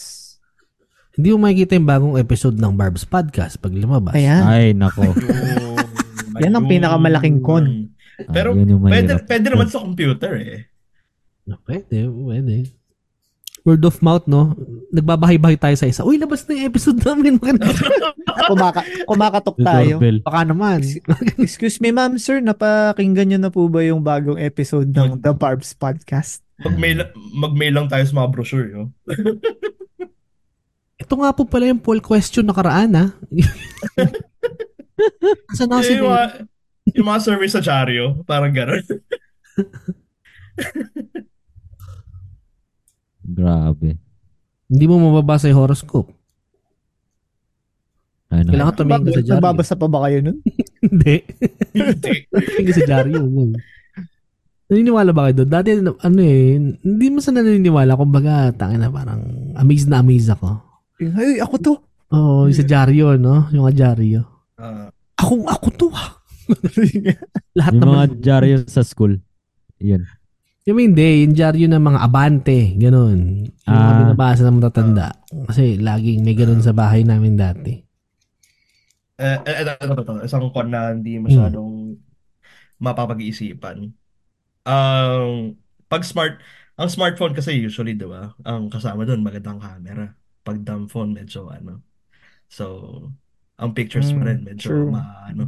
Hindi mo makikita yung bagong episode ng Barb's Podcast pag lumabas.
Ayan.
Ay, nako. Ah,
Yung-
Yan ang pinakamalaking con.
Pero
Ayun yung
Pwede,
mahirap.
pwede naman sa computer eh.
Pwede, pwede. Word of mouth, no? Nagbabahay-bahay tayo sa isa. Uy, labas na yung episode namin.
<laughs> Kumaka, kumakatok
The
tayo.
doorbell.
<laughs> Baka naman.
Excuse me, ma'am, sir, napakinggan niyo na po ba yung bagong episode ng The Barbs Podcast?
Mag-mail, mag-mail lang tayo sa mga brochure, yo.
Ito nga po pala yung poll question nakaraan, <laughs> ha? Asan na si
Eh, yung, mga, yung mga service sa dyaryo, parang gano'n.
Grabe.
Hindi mo mababasa yung horoscope.
Ay, nako.
Kailangan tumingin ka sa dyaryo.
Nagbabasa pa ba kayo
<laughs>
nun?
Hindi.
Hindi.
Tumingin ka sa dyaryo. Well. Naniniwala ba kayo doon? Dati, ano eh, hindi mo sa naniniwala. Kumbaga, tangin na parang amazed na amazed ako.
Ay, ako to.
Oo, yung sa dyaryo, no? Yung mga dyaryo.
Ah,
Akong ako to, ha? <laughs> Lahat
Yung mga
naman.
dyaryo sa school. Yan.
Yung hindi, yung dyaryo ng mga abante, ganun. Yung mga
Ah.
binabasa ng matatanda. Kasi laging may ganun sa bahay namin dati.
eh, eh, ito, ito, ito, isang con na hindi masyadong mapapag-iisipan. Ang pag smart, ang smartphone kasi usually, di ba? Ang kasama doon, magandang camera. Pag dumb phone, medyo ano. So, ang pictures mo
Mm,
rin, medyo
true.
Ano?
maano.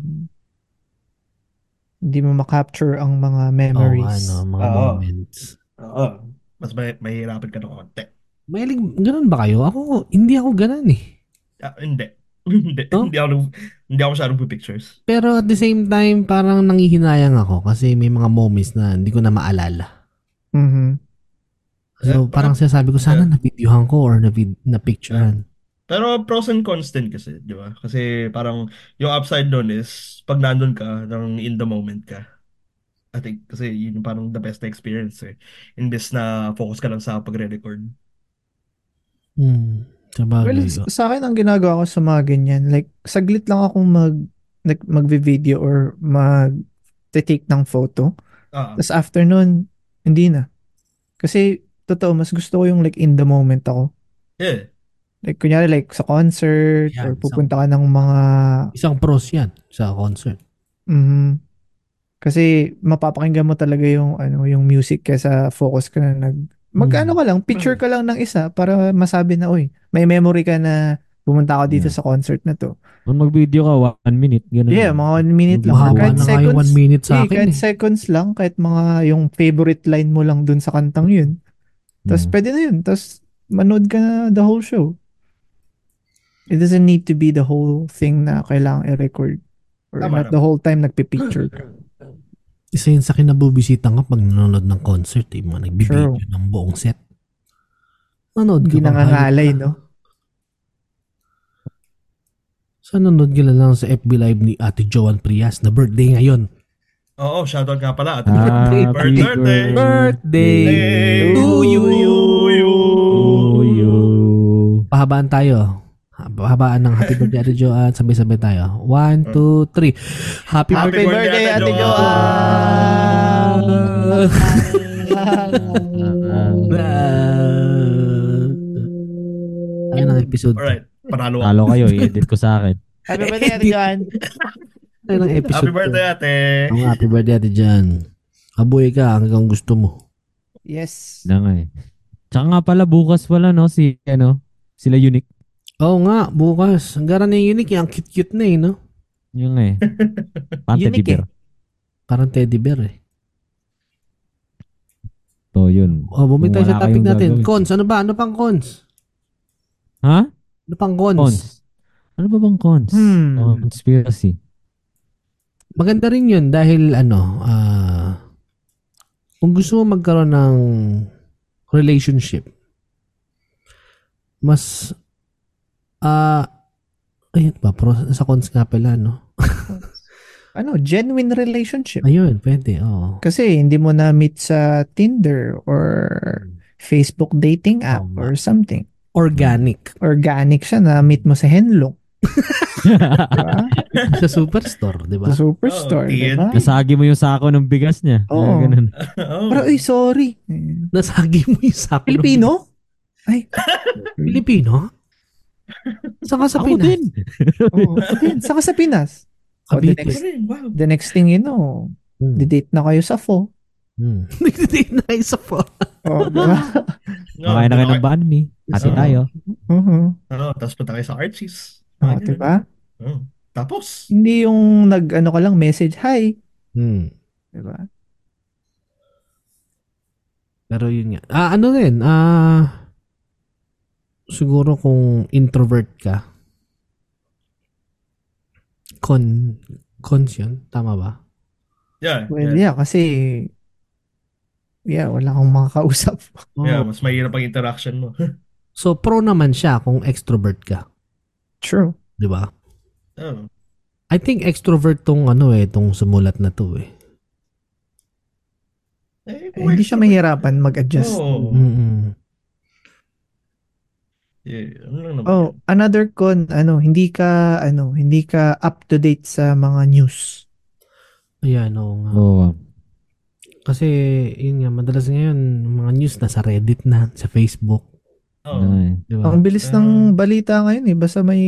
Hindi mo makapture ang mga
Oo,
memories.
ano, mga
Oo.
moments.
Oo. Mas may, mahihirapan ka ng konti.
Mahilig, ganun ba kayo? Ako, hindi ako ganun eh.
Ah, hindi. <laughs> Hindi.
Oh?
Hindi ako, nag- hindi ako masyadong pictures.
Pero at the same time, parang nangihinayang ako kasi may mga moments na hindi ko na maalala.
Mhm.
So,
Eh,
parang sinasabi ko, sana na-videohan ko or na-vid- na-picturean.
Pero pros and cons din kasi, di ba? Kasi parang yung upside doon is pag nandun ka, nang in the moment ka. I think kasi yun yung parang the best na experience eh. Imbes na focus ka lang sa pagre-record.
Hmm. Sabagay.
Well, s- sa akin ang ginagawa ko sa mga ganyan, like saglit lang akong mag nag, magvi-video or mag take ng photo.
Ah,
Tapos after nun, hindi na. Kasi totoo, mas gusto ko yung like in the moment ako.
yeah.
Like kunyari like sa concert
Yeah,
or
isang-
pupunta ka ng mga
Isang pros yan sa concert.
mhm kasi mapapakinggan mo talaga yung ano yung music kaysa focus ka na nag mag
Mm.
ano ka lang picture ka lang ng isa para masabi na oy may memory ka na pumunta ako dito
Yeah.
sa concert na to.
Kung mag-video ka, one minute. Ganun.
Yeah, mga one minute lang.
Mahaba
Diba?
Hmm. Mahawa
kahit
na nga yung
seconds,
one minute sa
eh,
akin.
kahit
eh.
seconds lang, kahit mga yung favorite line mo lang dun sa kantang yun.
Hmm.
Tapos
Yeah.
pwede na yun. Tapos manood ka na the whole show. It doesn't need to be the whole thing na kailangang i-record. Or
Tama
not the whole time
<clears throat>
nagpipicture ka.
Isa yun sa kinabubisitan ka pag nanonood ng concert, eh, mga nagbibideo
True.
ng buong set. Nanonood ka
Hindi
bang
nangangalay,
hayop ka?
no?
So, nanonood ka na lang sa FB Live ni Ate Joan Prias na birthday ngayon.
Oo, shoutout nga pala. At
Happy
Birthday.
birthday.
Birthday
to
to you!
you.
To you.
Pahabaan tayo. Ha- Pahabaan ng Happy Birthday Ate Joan. Sabay-sabay tayo. One, two, three. Happy,
Happy
Birthday!
birthday, Ate
Joan!
<laughs> Ayun ang episode.
Alright, panalo ako.
Talo kayo, i-edit ko sa akin.
Happy birthday, Ate Joan!
Ayun ang episode.
Happy birthday, ate.
Ang happy birthday Ate Jan. Abuhay ka hanggang gusto mo.
Yes.
Na nga eh. Tsaka nga pala, bukas pala, no? Si, ano? Sila unique.
Oo nga, bukas. Ang gara na yung unique, ang cute-cute na eh, no?
<laughs>
Yung nga eh. Pante
Unique
Tiber.
Parang teddy bear eh.
To, yun.
O, bumit tayo
Kung
sa
wala
topic
kayong
natin.
gagawin.
Cons, ano ba? Ano pang cons?
Ha?
Ano pang cons?
Cons. Ano ba bang cons?
Hmm.
Oh, conspiracy.
Maganda rin yun dahil ano, ah, kung gusto mo magkaroon ng relationship, mas, ah, ayun ba, pro, sa cons nga pala, no?
ano, genuine relationship.
Ayun, pwede, oo.
Kasi hindi mo na meet sa Tinder or
Hmm.
Facebook dating app
Tama.
or something.
Organic.
Organic siya na meet mo sa Henlong,
<laughs>
di ba?
Sa superstore, di ba?
Sa Superstore,
Diba? Oo,
diba? di ba?
Nasagi mo yung sako ng bigas niya.
Oo.
Ah, ganun.
<laughs> Oo.
Pero, ay, sorry.
Nasagi mo yung sako. ng-
Filipino? Ay,
Pilipino? Saan ka sa
Ako
Pinas?
din.
oo. Din, Saka sa Pinas. Oh,
Cavite.
the,
Ako
next,
rin, wow.
the next thing you know,
Hmm.
didate na kayo sa pho.
Hmm. Nagdi-date na kayo sa phone.
Oh, di ba?
<laughs> No,
Makain na kayo
punta
ng banh mi. Ate
Oo.
tayo.
uh
Oo, tapos punta kayo sa Archie's.
Ah,
Oh,
Mga
di
ganun.
ba?
Oo. Tapos,
Hindi yung nag, ano ka lang, message, hi. Diba?
Hmm.
Di ba?
Pero yun nga. Ah, ano rin, ah, siguro kung introvert ka, con, cons yun? Tama ba?
yeah,
Well,
yeah.
yeah, kasi, yeah, wala akong makakausap. <laughs>
Oo.
Yeah, mas mahirap ang interaction mo.
Oh.
<laughs>
So, pro naman siya kung extrovert ka.
True.
Di ba?
Oo.
I think extrovert tong ano eh, tong sumulat na to eh.
Eh,
Eh, hindi siya Mm. mahirapan mag-adjust.
Oo.
Mm-mm.
Yeah, ano lang naman
Oh, another con, ano, hindi ka, ano, hindi ka up to date sa mga news.
Ayan, oo nga.
Oo.
Kasi, yun nga, madalas ngayon, yung mga news nasa Reddit na, sa
yan.
Facebook.
Oo.
ano eh.
Di ba?
Ang bilis ng balita ngayon eh, basta may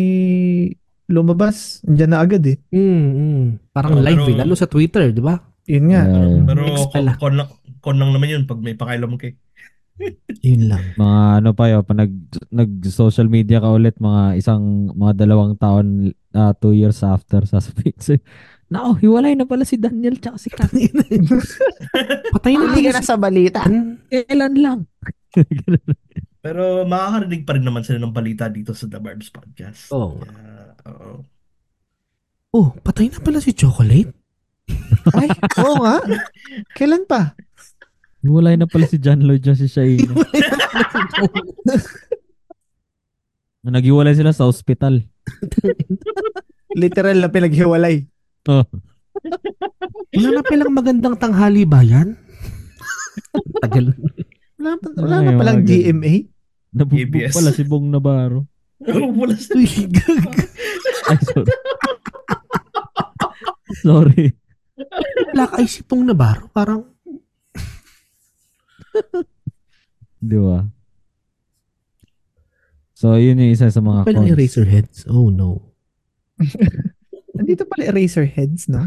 lumabas, andyan na agad eh.
Mm, mm. Parang
Oo,
live
pero-
eh, lalo sa Twitter, di ba?
Yun nga.
Kaya,
Pero
Mix
kon,
pala.
kon, lang- kon lang naman yun pag may pakailam kay.
Yun <laughs> lang.
mga ano pa yun, pa nag, nag-social media ka ulit, mga isang, mga dalawang taon, ah, two years after, sasabihin <laughs> sa'yo, Nao, hiwalay na pala si Daniel tsaka si Kat.
Patay na
Hindi
pala
ka Ah,
si
na sa balita.
Tan.
Kailan lang?
Pero makakarinig pa rin naman sila ng balita dito sa The Barbs Podcast.
Oo nga.
Kaya, oo. <laughs>
Oh, patay na pala si Chocolate.
Ay, oo nga. Kailan pa?
Hiwalay na pala si John Lloyd tsaka si Shaina. Naghiwalay sila sa ospital.
Literal na pinaghiwalay.
Oh.
Wala na palang magandang tanghali ba yan? <laughs> Tagal.
Wala, pa- wala
Ay,
na palang
mga ganun.
GMA.
Nabugbog
ABS.
pala si Bong Navarro.
Wala sa...
Uy, <laughs> gag.
Ay, sorry. sorry.
Wala ka isipong na baro. Parang,
Di ba? So, yun yung isa sa mga
palang
cons.
eraser heads. Oh, no.
Nandito pala Eraserheads, no?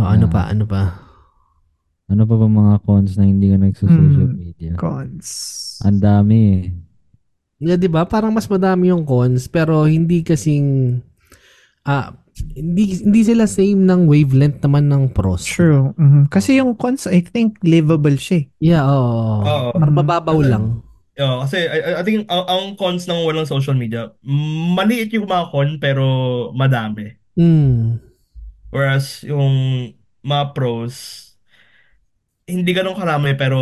Oh, ano
Ah.
pa, ano pa?
Ano pa ba mga cons na hindi ka nagsa-social
Mm.
media?
Cons.
Ang dami eh.
Nga, di ba? Parang mas madami yung cons, pero hindi kasing, ah, hindi, hindi sila same ng wavelength naman ng pros.
True. Mhm. Kasi yung cons, I think, livable siya. eh.
Yeah, oo.
Oo.
Mm.
Parang mababaw lang.
Oo, kasi I, I- I think ang, ang cons ng walang social media, maliit yung mga con pero madami.
Mm.
Whereas yung mga pros, hindi ganun karami pero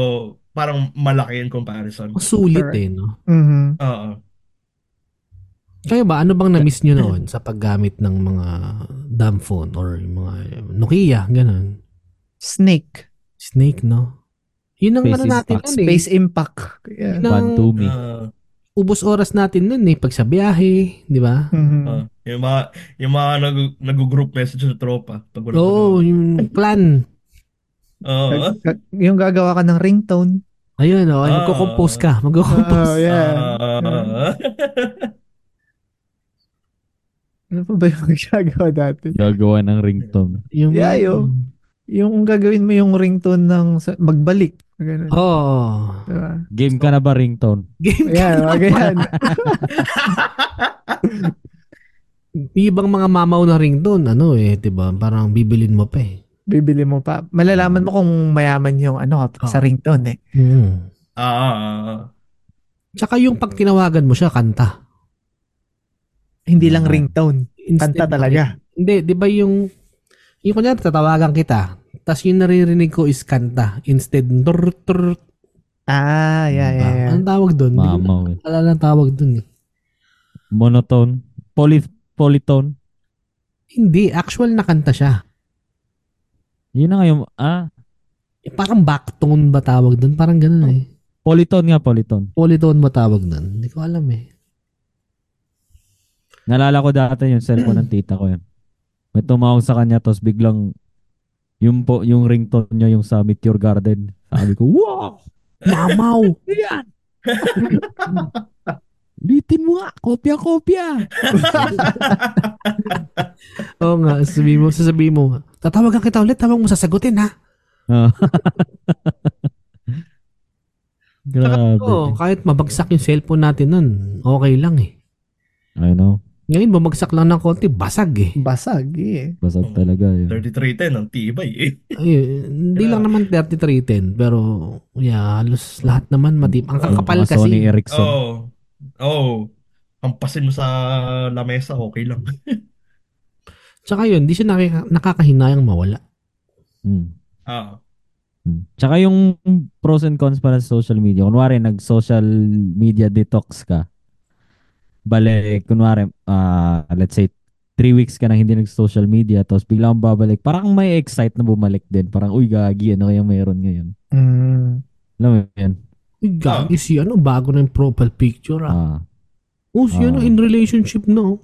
parang malaki in comparison.
Ang sulit
Correct.
eh, no?
Mhm.
Oo.
Kayo ba, ano bang na-miss nyo noon sa paggamit ng mga dumb phone or yung mga Nokia, ganun?
Snake.
Snake, no? Yun ang
Space
ano natin
impact.
nun eh.
Space Impact. Yeah.
Yun ang
Bantumi.
Ah,
ubos oras natin nun eh. Pag sa biyahe, di ba?
ah.
Mhm.
yung mga, yung mga nag, nag-group message sa tropa pag wala
Oo,
tulog.
yung plan.
Oo.
Gag- gag- yung gagawa ka ng ringtone.
Ayun, oh,
Ah.
magko-compose ka.
Oh,
Magko-compose.
yeah.
Ah.
Ano pa ba yung <laughs> gagawa dati?
Gagawa ng ringtone.
Yung,
Yeah, yo. Yung gagawin mo yung ringtone ng sa- magbalik. Ganun.
Oo.
Diba?
Game ka na ba ringtone?
Game ka.
Ayan, wag yan.
Yung ibang mga mamaw na ring doon, ano eh, di ba? Parang bibilin mo pa eh.
Bibili mo pa. Malalaman mo kung mayaman yung ano kapag sa
Oo.
ringtone eh.
Mm.
Ah, ah, ah.
Tsaka yung pag tinawagan mo siya, kanta.
Hindi lang
Yeah.
ringtone.
Instant
Kanta talaga.
Hindi, di ba yung, yung kunyari, tatawagan kita, tapos yung naririnig ko is kanta. Instead, tur, tur,
Ah, yeah,
diba?
yeah, yeah. <laughs>
Anong tawag doon? Hindi ko
Mamaw eh.
na- Wala lang tawag doon eh.
Monotone. Poly, polytone.
Hindi, actual na kanta siya.
Yun na nga yung, ah,
Eh, Parang backtone ba tawag doon? Parang ganun eh.
polytone nga, polytone.
Polytone ba tawag doon? Hindi ko alam eh.
Nalala ko dati yung cellphone ng tita ko yun. May tumawag sa kanya tapos biglang yung po, yung ringtone niya yung sa Meteor Garden. Sabi ko, wow!
Mamaw!
Yan! Litin mo nga! Kopya-kopya!
Oo nga, sasabihin mo, sasabihin mo. Tatawagan kita ulit, tawag mo sasagutin ha.
Ah.
Tsaka,
Grabe.
oo, kahit mabagsak yung cellphone natin nun, okay lang eh.
I know.
Ngayon, bumagsak lang ng konti, basag eh.
Basag eh.
Basag
Oo.
talaga yun.
3310, ang tibay eh.
Ay, hindi lang naman 3310, pero yeah, halos lahat naman matip. Ang kakapal
Mga Sony eh.
kasi.
Ericsson.
Oo. Oo. Hampasin mo sa lamesa, okay lang. <laughs>
Tsaka yun, hindi siya nakaka- nakakahinayang mawala.
Mm.
Ah.
Mm. Tsaka yung pros and cons para sa social media. Kunwari, nag-social media detox ka. Bale, kunwari, ah, let's say, three weeks ka nang hindi nag-social media, tapos biglang babalik. Parang may excite na bumalik din. Parang, uy, gagi, ano kayang meron ngayon?
Mm.
Alam mo yan?
Uy, gagi si ano, bago na yung profile picture ah.
Ah,
Oh, si ano,
Ah.
in relationship na oh.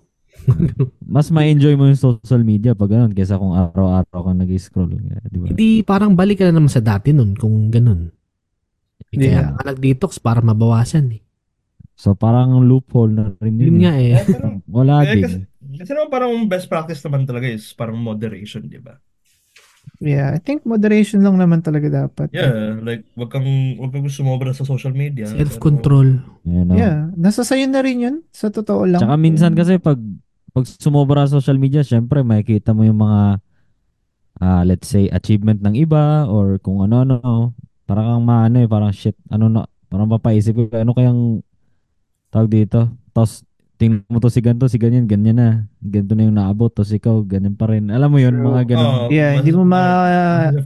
mas ma-enjoy mo yung social media pag ganun, kesa kung araw-araw kang nag-scroll. Di ba?
Hindi, parang balik ka na naman sa dati nun kung ganun. Eh, Kaya
Yeah.
nga nag-detox para mabawasan eh.
So, parang loophole na rin yun.
Yun nga
Eh,
eh.
<laughs>
pero,
Wala
eh, kasi,
din.
kasi naman parang best practice naman talaga is parang moderation, di ba?
Yeah, I think moderation lang naman talaga dapat.
Yeah, like wag kang wag kang sumobra sa social media.
Self-control.
You know?
Yeah, nasa sayo na rin yun. Sa totoo lang.
Tsaka minsan kasi pag pag sumobra sa social media, syempre makikita mo yung mga ah, let's say achievement ng iba or kung ano-ano. Parang kang maano eh, parang shit, ano na, parang papaisip ko, ano kayang tawag dito? Tapos tingnan mo to si ganto, si ganyan, ganyan na. Ganito na yung naabot, tapos ikaw, ganyan pa rin. Alam mo yun,
True.
mga ganun.
Oo,
Yeah, hindi mo ma...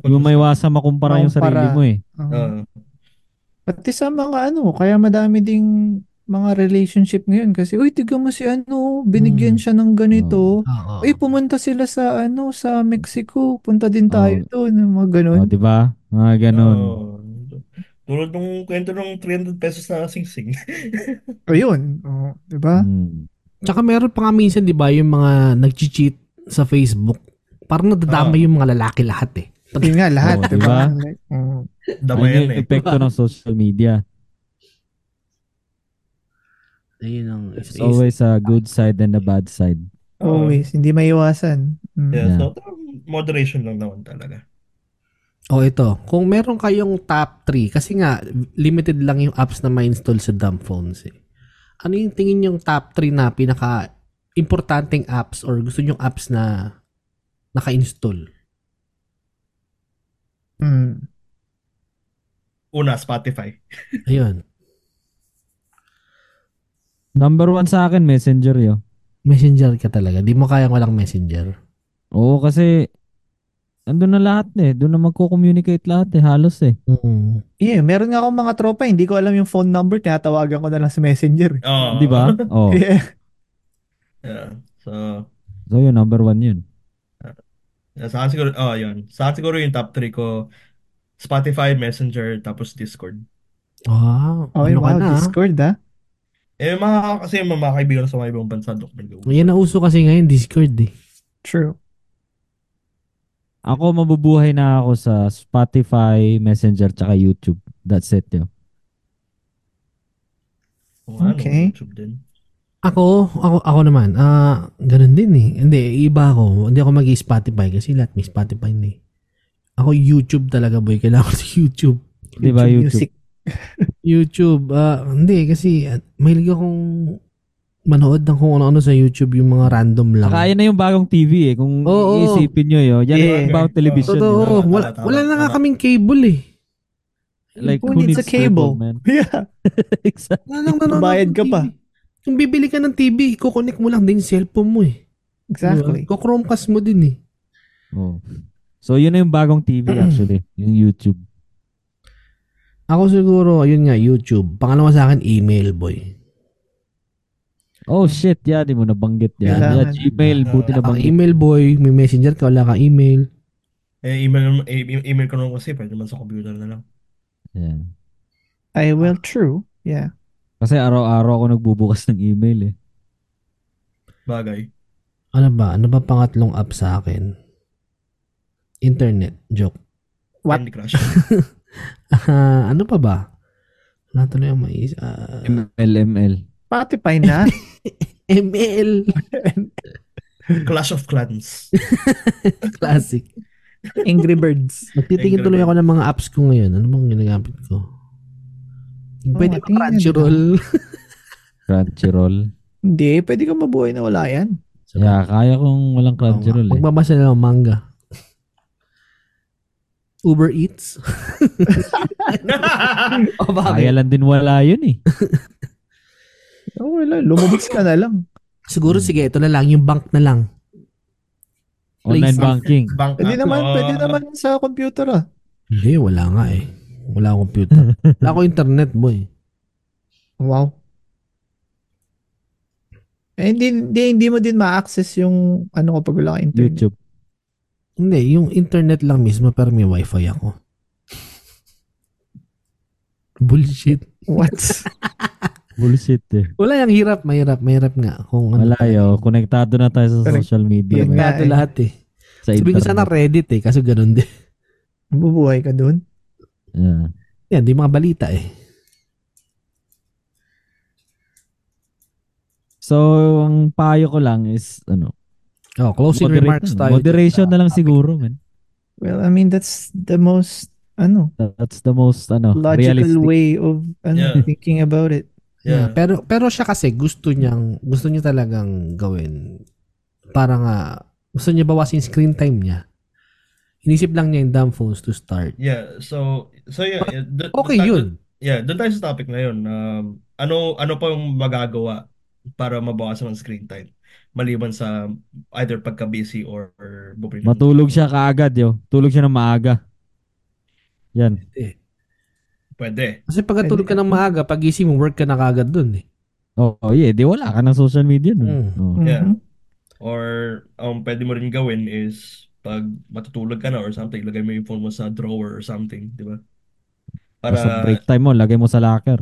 Hindi mo maiwasang makumpara yung sarili
Makumpara.
mo eh.
Oo.
Ah.
Oo.
Pati sa mga ano, kaya madami ding mga relationship ngayon kasi, uy, tignan mo si ano,
Hmm.
binigyan
Ah.
siya ng ganito.
Oo.
Uy, pumunta sila sa ano, sa Mexico. Punta din
Oo.
Ah.
tayo doon, yung mga ganun.
O, di ba? Oh, diba? Mga ganun.
Oo. ah, Tulad nung kwento ng 300 pesos na singsing. <laughs>
Ayun, oh, 'di ba?
Mm.
Tsaka meron pa nga minsan, di ba, yung mga nag-cheat sa Facebook. Parang nadadama
Ah.
yung mga lalaki lahat eh.
Yun nga lahat,
Oo,
'di
diba?
ba? Like,
Ah.
oh, oo.
Ayun
Damayan
yung
eh.
epekto ng social media.
Ayun ang
It's always a good side and a bad side.
Oo.
always, hindi maiwasan. Mm.
Yeah,
Oh, Yeah.
so parang moderation lang naman talaga.
O Oh, ito, kung meron kayong top 3, kasi nga limited lang yung apps na ma-install sa dumb phones eh. Ano yung tingin yung top 3 na pinaka importanteng apps or gusto nyong apps na naka-install?
Mm.
Una, Spotify.
Ayun,
Number one sa akin, messenger yo.
messenger ka talaga. Di mo kayang walang messenger.
Oo, kasi andun na lahat eh. Doon na magko-communicate lahat eh. Halos eh.
Mm.
Yeah, meron nga akong mga tropa, hindi ko alam yung phone number, tinatawagan ko na lang sa Messenger. eh.
Oo.
Di ba?
Oh.
Oo.
<laughs> Yeah.
Ah. <laughs> Yeah. So,
So yun, number one yun.
yeah, sa akin siguro, oh, yun. Sa akin siguro yung top 3 ko, Spotify, Messenger, tapos Discord.
Wow,
Oh,
ano ka
wow,
na? ah?
Discord ah.
Eh, mga, kasi yung mga kaibigan sa mga ibang bansa, Dok
Yan na uso kasi ngayon, Discord eh.
True.
Ako, mabubuhay na ako sa Spotify, Messenger, tsaka YouTube. That's it yo.
ano,
Okay.
YouTube din.
Ako, ako, ako naman, ah, ganun din eh. Hindi, iba ako. Hindi ako mag-Spotify kasi lahat may Spotify na eh. Ako YouTube talaga boy. Kailangan ko <laughs> sa YouTube.
Di ba YouTube?
Music.
YouTube, ah, hindi kasi ah, mahilig akong manood ng kung ano-ano sa YouTube yung mga random lang.
Tsaka yun na yung bagong TV eh. Kung
Oo.
iisipin nyo yo. Yan
Yeah.
yung bagong television.
Totoo,
yo.
Tama,
wala,
tama,
wala na nga
tama.
kaming cable eh.
Like,
Who needs a cable? <laughs>
man?
<laughs> Yeah.
Exactly.
Wala nang nanonood
Bayad
ng
ka
TV.
pa.
Kung bibili ka ng TV, kukunik mo lang din yung cellphone mo eh.
Exactly.
Diba? Kukromcast mo din eh.
Oo. So yun na yung bagong
<clears throat>
TV actually. yung YouTube.
Ako siguro, ayun nga, YouTube. Pangalawa sa akin, email boy.
Oh shit, yan, di mo nabanggit yan. Yan,
Kailangan.
Gmail, buti
Ah,
Ang
nabanggit.
Ano email boy, may messenger ka, wala kang email.
Eh, email, eh, email ko naman kasi, pwede naman sa computer na lang.
Yan.
I well, true. Yeah.
Kasi araw-araw ako nagbubukas ng email eh.
Bagay.
Ano ba? Ano ba pangatlong app sa akin? Internet. Joke. <laughs>
What?
Candy Crush.
Ah, ano pa ba? Wala tuloy ang mais. ah, <laughs>
ML, ML.
Spotify na.
ML.
Clash of
<laughs>
Clans.
<laughs> Classic.
Angry Birds.
Nagtitingin
Angry
tuloy
Bird.
ako ng mga apps ko ngayon. Ano bang ginagamit ko?
Oh,
Pwede
tingin
<laughs>
ba Crunchyroll?
Crunchyroll.
Hindi, pwede kang mabuhay na wala yan.
Yeah, kaya kong walang Crunchyroll eh.
Magbabasa na lang ng manga. Uber Eats? <laughs>
Kaya
o bakit?
lang din wala yun eh.
Oh, wala. Lumabas ka na lang.
Siguro sige, ito na lang. Yung bank na lang.
Online
<laughs> Please.
banking.
Bank
Pwede
app,
naman,
ah,
pwede naman sa computer ah.
Hindi, wala nga eh. Wala akong
<laughs>
computer. wala akong internet boy.
Wow. Eh, hindi, hindi, hindi mo din ma-access yung ano ko pag wala ka internet.
YouTube.
Hindi, yung internet lang mismo pero may wifi ako. Bullshit.
<laughs> What?
Bullshit eh.
Wala yung hirap, mahirap, mahirap nga. Kung ano,
Wala yo. Konektado na tayo sa
Correct.
social media.
Correct.
Konektado
Nga eh.
lahat eh.
Sa
Sabi ko
internet.
sana Reddit eh, kaso ganun din. <laughs>
Mabubuhay ka dun.
Yeah.
Yan, di mga balita eh.
So, ang payo ko lang is, ano,
Oh, closing
moderate
remarks
na.
tayo.
Moderation
dyan sa
na lang
topic.
siguro, man.
Well, I mean, that's the most, ano,
That's the most, ano,
logical
realistic.
way of ano,
Yeah.
thinking about it.
Yeah.
Yeah. Pero pero siya kasi gusto niyang gusto niya talagang gawin. Para nga gusto niya bawasin screen time niya. Inisip lang niya yung dumb phones to start.
Yeah, so, so yeah. yeah, dun-
Okay
dun-
yun.
Yeah, doon tayo sa topic na yun. Um, ano, ano pa yung magagawa para mabawasan ang screen time? Maliban sa either pagka-busy or, or bumili ng-
Matulog siya kaagad, yo. Tulog siya ng maaga. Yan.
Eh.
Pwede.
Kasi pagkatulog ka ng maaga, pagising mo, work ka na kagad dun eh.
Oh, oh yeah. Di wala ka ng social media nun.
Mm.
Oh.
Yeah.
Mhm.
Or um, pwede mo rin gawin is pag matutulog ka na or something, ilagay mo yung phone mo sa drawer or something, di ba? Para,
Basta break time mo, lagay mo sa locker.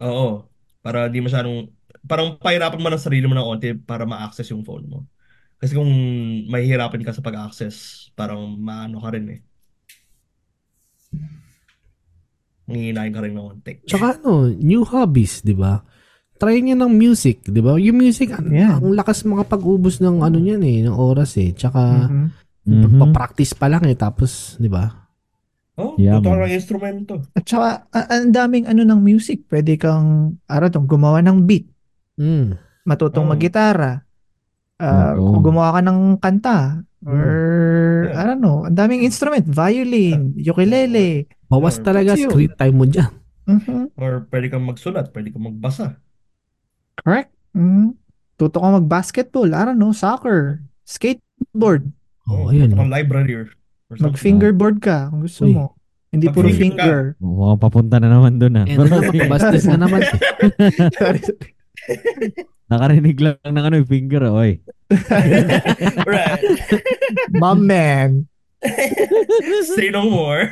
oo, para di masyadong, parang pahirapan mo ng sarili mo ng onti para ma-access yung phone mo. Kasi kung mahihirapan ka sa pag-access, parang maano ka rin eh. Nangihinayang ka rin ng onti.
Tsaka ano, new hobbies, di ba? Try niya ng music, di ba? Yung music, ang,
Yeah.
ang lakas mga pag-ubos ng ano niyan eh, ng oras eh. Tsaka,
Mhm.
Mm-hmm.
Mhm.
pagpa-practice pa lang eh, tapos, di ba?
<laughs> Oh,
Yeah,
totoo
man.
lang instrumento.
At saka, a- ang daming ano ng music. Pwede kang, araw tong, gumawa ng beat.
Mm.
Matutong
Oh.
maggitara. Ah,
Oo.
kung gumawa ka ng kanta.
Mm.
Or,
Yeah.
I don't know, ang daming instrument. Violin, ukulele.
Bawas
Or-
talaga
Yun.
screen time mo
<laughs>
dyan.
Mhm.
Or pwede kang magsulat, pwede kang magbasa.
Correct. Mhm. Tuto ka mag-basketball. I don't know, soccer. Skateboard.
Oh, ayun.
Pwede kang library or, or something. <laughs>
Mag-fingerboard ka kung gusto
Uy.
mo. Hindi puro
Mag-finger
finger.
Mukhang papunta na naman dun ah.
Eh, ano naman, bastos na naman. eh.
Sorry, sorry.
Nakarinig lang ng ano, yung finger, ah, oy.
Right.
<laughs> My man.
Say no more.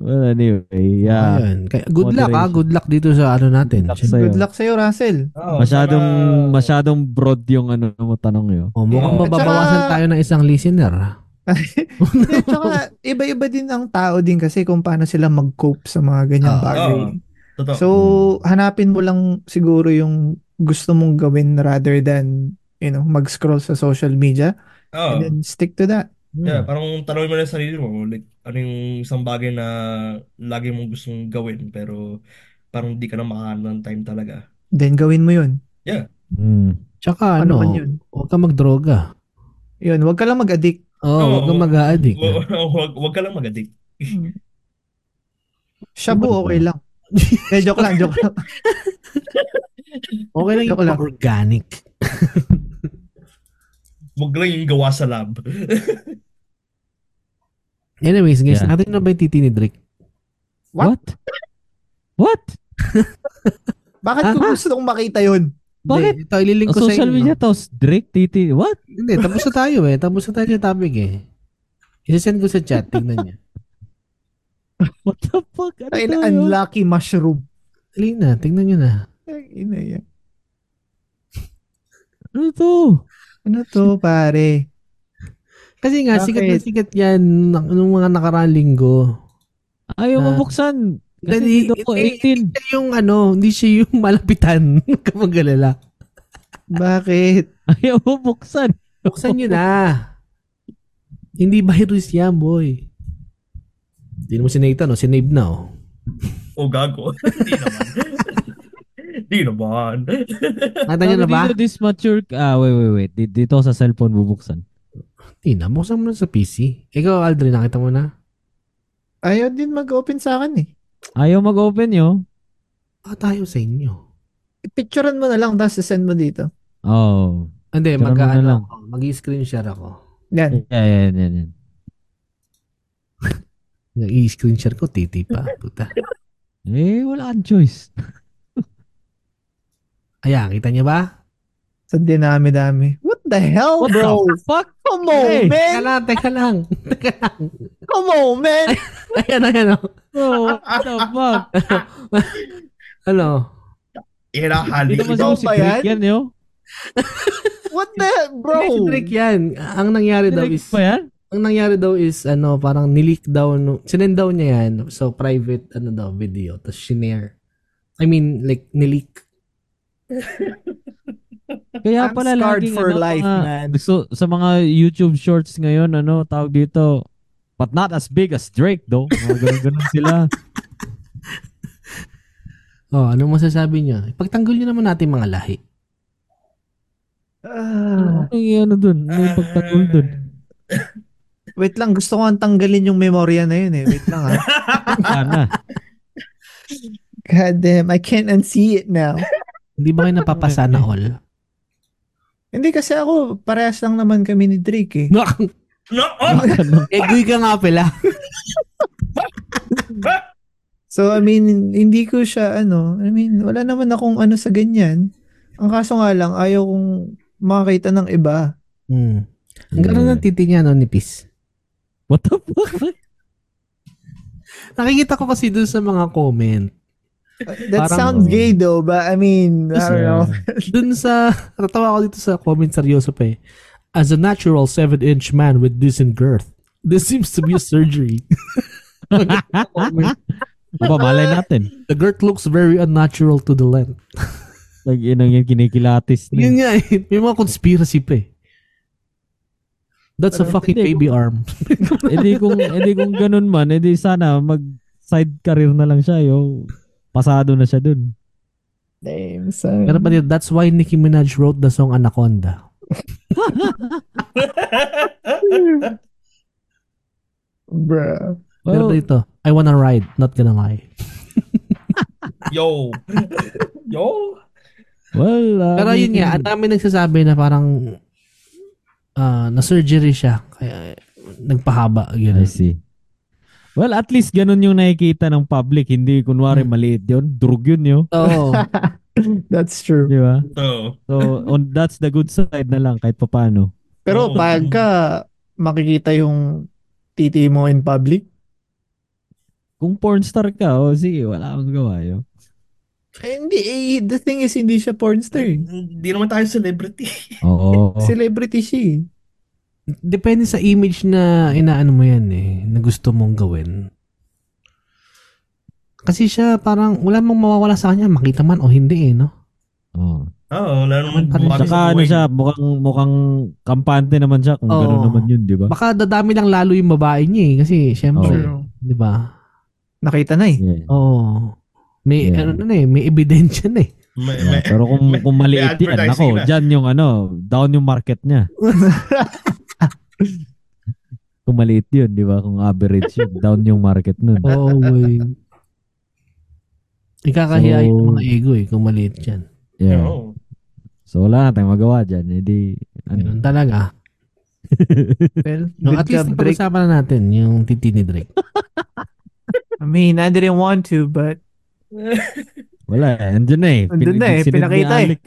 Well, anyway, yeah.
Ayun. Kaya, good luck ah,
Moderation.
good luck dito sa ano natin.
Good luck
Siyempre,
sa'yo.
Good luck sa'yo,
<laughs>
Russell.
Oo,
Masyadong,
sana-
masyadong broad yung ano mo tanong yun.
Oh, mukhang
Yeah.
mababawasan
At saka-
tayo ng isang listener. ah.
Hindi, <laughs> tsaka iba-iba din ang tao din kasi kung paano sila mag-cope sa mga ganyang
Ah,
bagay.
oo. Totoo.
So, hanapin mo lang siguro yung gusto mong gawin rather than you know, mag-scroll sa social media
Oo.
and then stick to that.
Oh, Yeah, parang tanongin mo na yung sarili mo, like, ano yung isang bagay na lagi mong gustong gawin, pero parang di ka na makaano ng time talaga.
Then gawin mo yun.
Mm.
<laughs> Tsaka
Ano
ano,
man yun?
huwag ka magdroga.
Yun, huwag ka lang mag-addict.
Oo, oh, huwag ka
Oo.
mag-addict.
Wa- <laughs> Wag, wag ka lang mag-addict.
Shabu,
Ano ba?
okay lang. <laughs> Eh, joke lang, joke lang.
Okay lang yung
Joke lang.
organic.
Wag lang yung gawa sa lab.
Anyways, guys,
Yeah.
natin na ba yung titi ni Drake?
What? What?
Bakit ko
Ah.
gusto kong makita yun?
Bakit? Oh,
Hindi, ito ililink ko sa
social
inyo.
media tapos Drake, Titi, what?
Hindi, tapos na tayo eh. Tapos na tayo sa topic eh. Isasend ko sa chat, tingnan
<laughs>
niya.
What the fuck? Ano
Ay,
tayo?
unlucky mushroom.
Dali na, tingnan niyo na.
Ay, ina yan.
Ano to?
Ano to, pare?
Kasi nga, sikat na
Bakit?
sikat yan ng- nung mga nakaraang linggo.
Ayaw
Ah.
mabuksan. Kasi
Then,
hindi daw
i-
ko
i-
18.
Siya yung ano, hindi siya yung <laughs> malapitan. Kamagalala.
Bakit?
<laughs> Ayaw mabuksan.
Buksan niyo na. Hindi virus yan, boy. Hindi mo sinita, no? Sinave na, oh.
O gago. <laughs> Hindi naman. Hindi naman.
Nakita
Sabi
niyo na Ano ba?
Dito, this mature... Ah, wait, wait, wait. Di- Dito sa cellphone bubuksan.
Hindi na, buksan mo na sa PC. Ikaw, Aldrin, nakita mo na?
Ayaw din mag-open sa akin eh.
Ayaw mag-open yun.
Baka tayo sa inyo.
Picturean mo na lang, tapos send mo dito.
Oh.
Hindi,
Tara mo
mag,
na
ano,
lang.
ako, mag-screen share ako.
Yan.
Yan, yan, yan, yan.
I-screen share ko, titi
<laughs>
pa. Puta.
Eh, wala kang choice.
Ayan, kita niyo ba?
Sa dinami-dami. What the hell,
What
bro? <laughs>
the fuck?
Come on,
Hey.
Teka
man!
lang, teka lang. <laughs> Teka lang.
Come on, man!
Ayan, ayan, oh.
Bro, what the
<laughs>
fuck?
Ano?
Hinahali
Dito
ko
naman
daw.
siguro
ba
si Drake yan, yo.
What the hell, bro?
Hindi, si Drake yan. Ang nangyari daw
Drake
is,
pa yan?
ang nangyari daw is, ano, parang nileak daw, no, sinend daw niya yan. So, private, ano daw, video. Tapos, shinare. I mean, like, nileak.
Kaya
I'm
pala
scarred
laging
for
ano,
life,
mga-
man.
Gusto, sa mga YouTube shorts ngayon, ano, tawag dito, but not as big as Drake, though. Mga ganun-ganun
<laughs>
sila.
Oh, ano masasabi niyo? Ipagtanggol niyo naman natin mga lahi.
Ah,
Ano yung ano dun? Ano yung pagtanggol dun?
wait lang, gusto ko ang tanggalin yung memorya na yun eh. Wait lang ah.
Sana.
<laughs> God damn, I can't unsee it now.
Hindi
<laughs>
ba kayo napapasa na all? <laughs>
Hindi kasi ako, parehas lang naman kami ni Drake eh.
No,
<laughs>
<laughs>
No, oh,
Ano?
egoy ka nga pala.
So, I mean, hindi ko siya, ano, I mean, wala naman akong ano sa ganyan. Ang kaso nga lang, ayaw kong makakita ng iba.
Hmm. Ang ganda ng titi niya, no, nipis.
What the fuck?
Nakikita ko kasi dun sa mga comment.
That
Parang-
sounds gay though, but I mean, I don't know.
Dun sa, <laughs> natawa ako dito sa comment seryoso pa eh. As a natural 7-inch man with decent girth, this seems to be a surgery. <laughs>
Aba, Diba, malay natin.
The girth looks very unnatural to the length.
Nag-inang yan, kinikilatis na.
Yun nga eh. May mga conspiracy pa eh. That's a fucking baby arm.
edi kung edi kung ganun man, edi sana mag side career na lang siya, yo. Pasado na siya dun.
Damn, son.
Pero pa dito, that's why Nicki Minaj wrote the song Anaconda.
Bruh.
Pero
Well,
dito, I wanna ride, not gonna lie.
yo. Yo.
well uh,
Pero yun nga, ang dami nagsasabi na parang ah, na-surgery siya. Kaya eh, nagpahaba.
I
Ganun.
see. Well, at least ganun yung nakikita ng public. Hindi kunwari
Hmm.
maliit yun. Drug yun, yo.
Oo.
That's true.
Di ba?
So,
<laughs>
So, on, that's the good side na lang kahit papano.
Pero
Oo.
pagka makikita yung titi mo in public,
Kung pornstar ka, oh, sige, wala akong gawa, yo.
eh, hindi, eh, the thing is, hindi siya pornstar. eh.
hindi naman tayo celebrity.
Oo.
Oh. Celebrity siya. eh.
Depende sa image na inaano mo yan eh, na gusto mong gawin. Kasi siya parang wala mang mawawala sa kanya, makita man o hindi eh, no?
Oo.
Oo, wala naman
Parang
bumabi sa
Saka ano
buhay.
siya, mukhang, mukhang kampante naman siya kung
Oo.
ganun naman yun, di ba?
Baka dadami lang lalo yung babae niya eh, kasi
Oh.
syempre,
True.
di ba?
Nakita na eh. <laughs>
Yeah.
Oo. May
Yeah.
ano na eh, may ebidensya na
<laughs>
eh.
May,
Yeah,
may,
Pero kung
may-
kung maliit
may
yan,
advertising
nako,
na.
dyan yung ano, down yung market
<laughs>
niya. kung maliit yun, di ba? Kung average yun, down yung market nun.
Oo, boy. Ikakahiya
So-
yung mga ego eh, kung maliit yan.
Yeah.
Oo.
So wala na tayong magawa dyan. Hindi, ano.
Ganun Mm. talaga.
Well,
No,
good
at least
job, Drake.
napag-usapan na natin yung titi ni Drake.
<laughs> I mean, I didn't want to, but
Wala eh. Andyan na eh.
Andun na eh,
sinend ni
pinakita eh.
Alec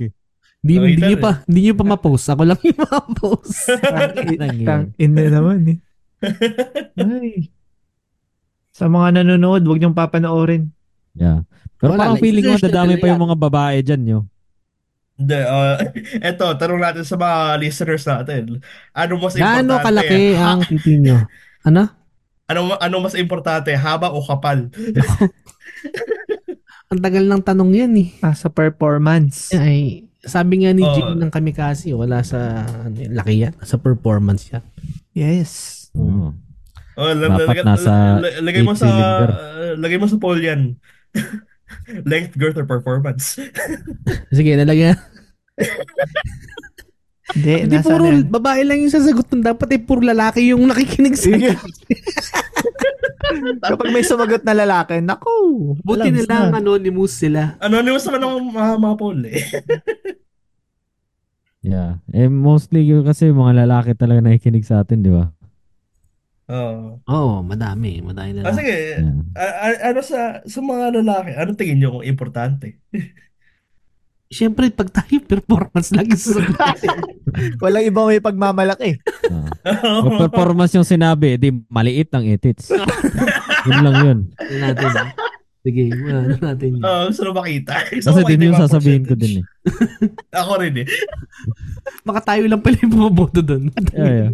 Di,
Okay,
hindi nyo
tara.
pa, hindi nyo pa ma-post. Ako lang yung <laughs> ma-post.
Tang ina.
Tang ina naman eh. Ay. Sa mga nanonood, huwag niyong papanoorin.
Yeah. Pero
Wala,
parang
like,
feeling ko
sister
dadami
talaga.
pa yung mga babae dyan yo.
Hindi, uh, <laughs> eto, tanong natin sa mga listeners natin. Ano mas
Gaano
importante?
kalaki
Ha-
ang titi nyo? Ano?
ano, ano mas importante, haba o kapal?
Ang tagal ng tanong yan eh.
Ah, sa performance.
Ay, sabi nga ni
Oo.
Jim ng kami kasi, wala sa ano, yan, laki yan. Sa performance yan.
Yes.
Mm.
Oo.
Oh, l- l-
Dapat nasa
l- lagay mo
eight
sa
cylinder.
uh, lagay mo sa poll yan. <laughs> Length, girth, or performance.
Sige, nalagyan.
Hindi,
Hindi
nasa
puro
<laughs> ano yan?
babae lang yung sasagot nun. Dapat eh, puro lalaki yung nakikinig sa
Sige. Kapag may sumagot na lalaki, naku.
Buti
alam
na
saan.
lang anonymous sila.
Anonymous Ano, naman ang mga, mga poll eh. <laughs>
Yeah. Eh mostly yun kasi mga lalaki talaga nakikinig sa atin, di ba?
Oh.
Oo, madami. Madami
Ah,
na
sige,
Yeah.
A- a- ano sa sa mga lalaki, ano tingin niyo kung importante? <laughs>
Siyempre, pag tayo performance lagi <laughs> sa
Walang ibang may pagmamalaki.
<laughs>
Oo. Pag performance Ah. yung sinabi, eh, di maliit ang etits.
<laughs>
yun lang yun.
natin. ah. Sige, ano natin yun.
Oh, gusto na makita. <laughs> Gusto
Kasi
ko makita
din yung
mga
sasabihin ko din eh.
percentage. Ako rin eh.
Baka tayo lang pala yung bumaboto doon.
<laughs> Yeah,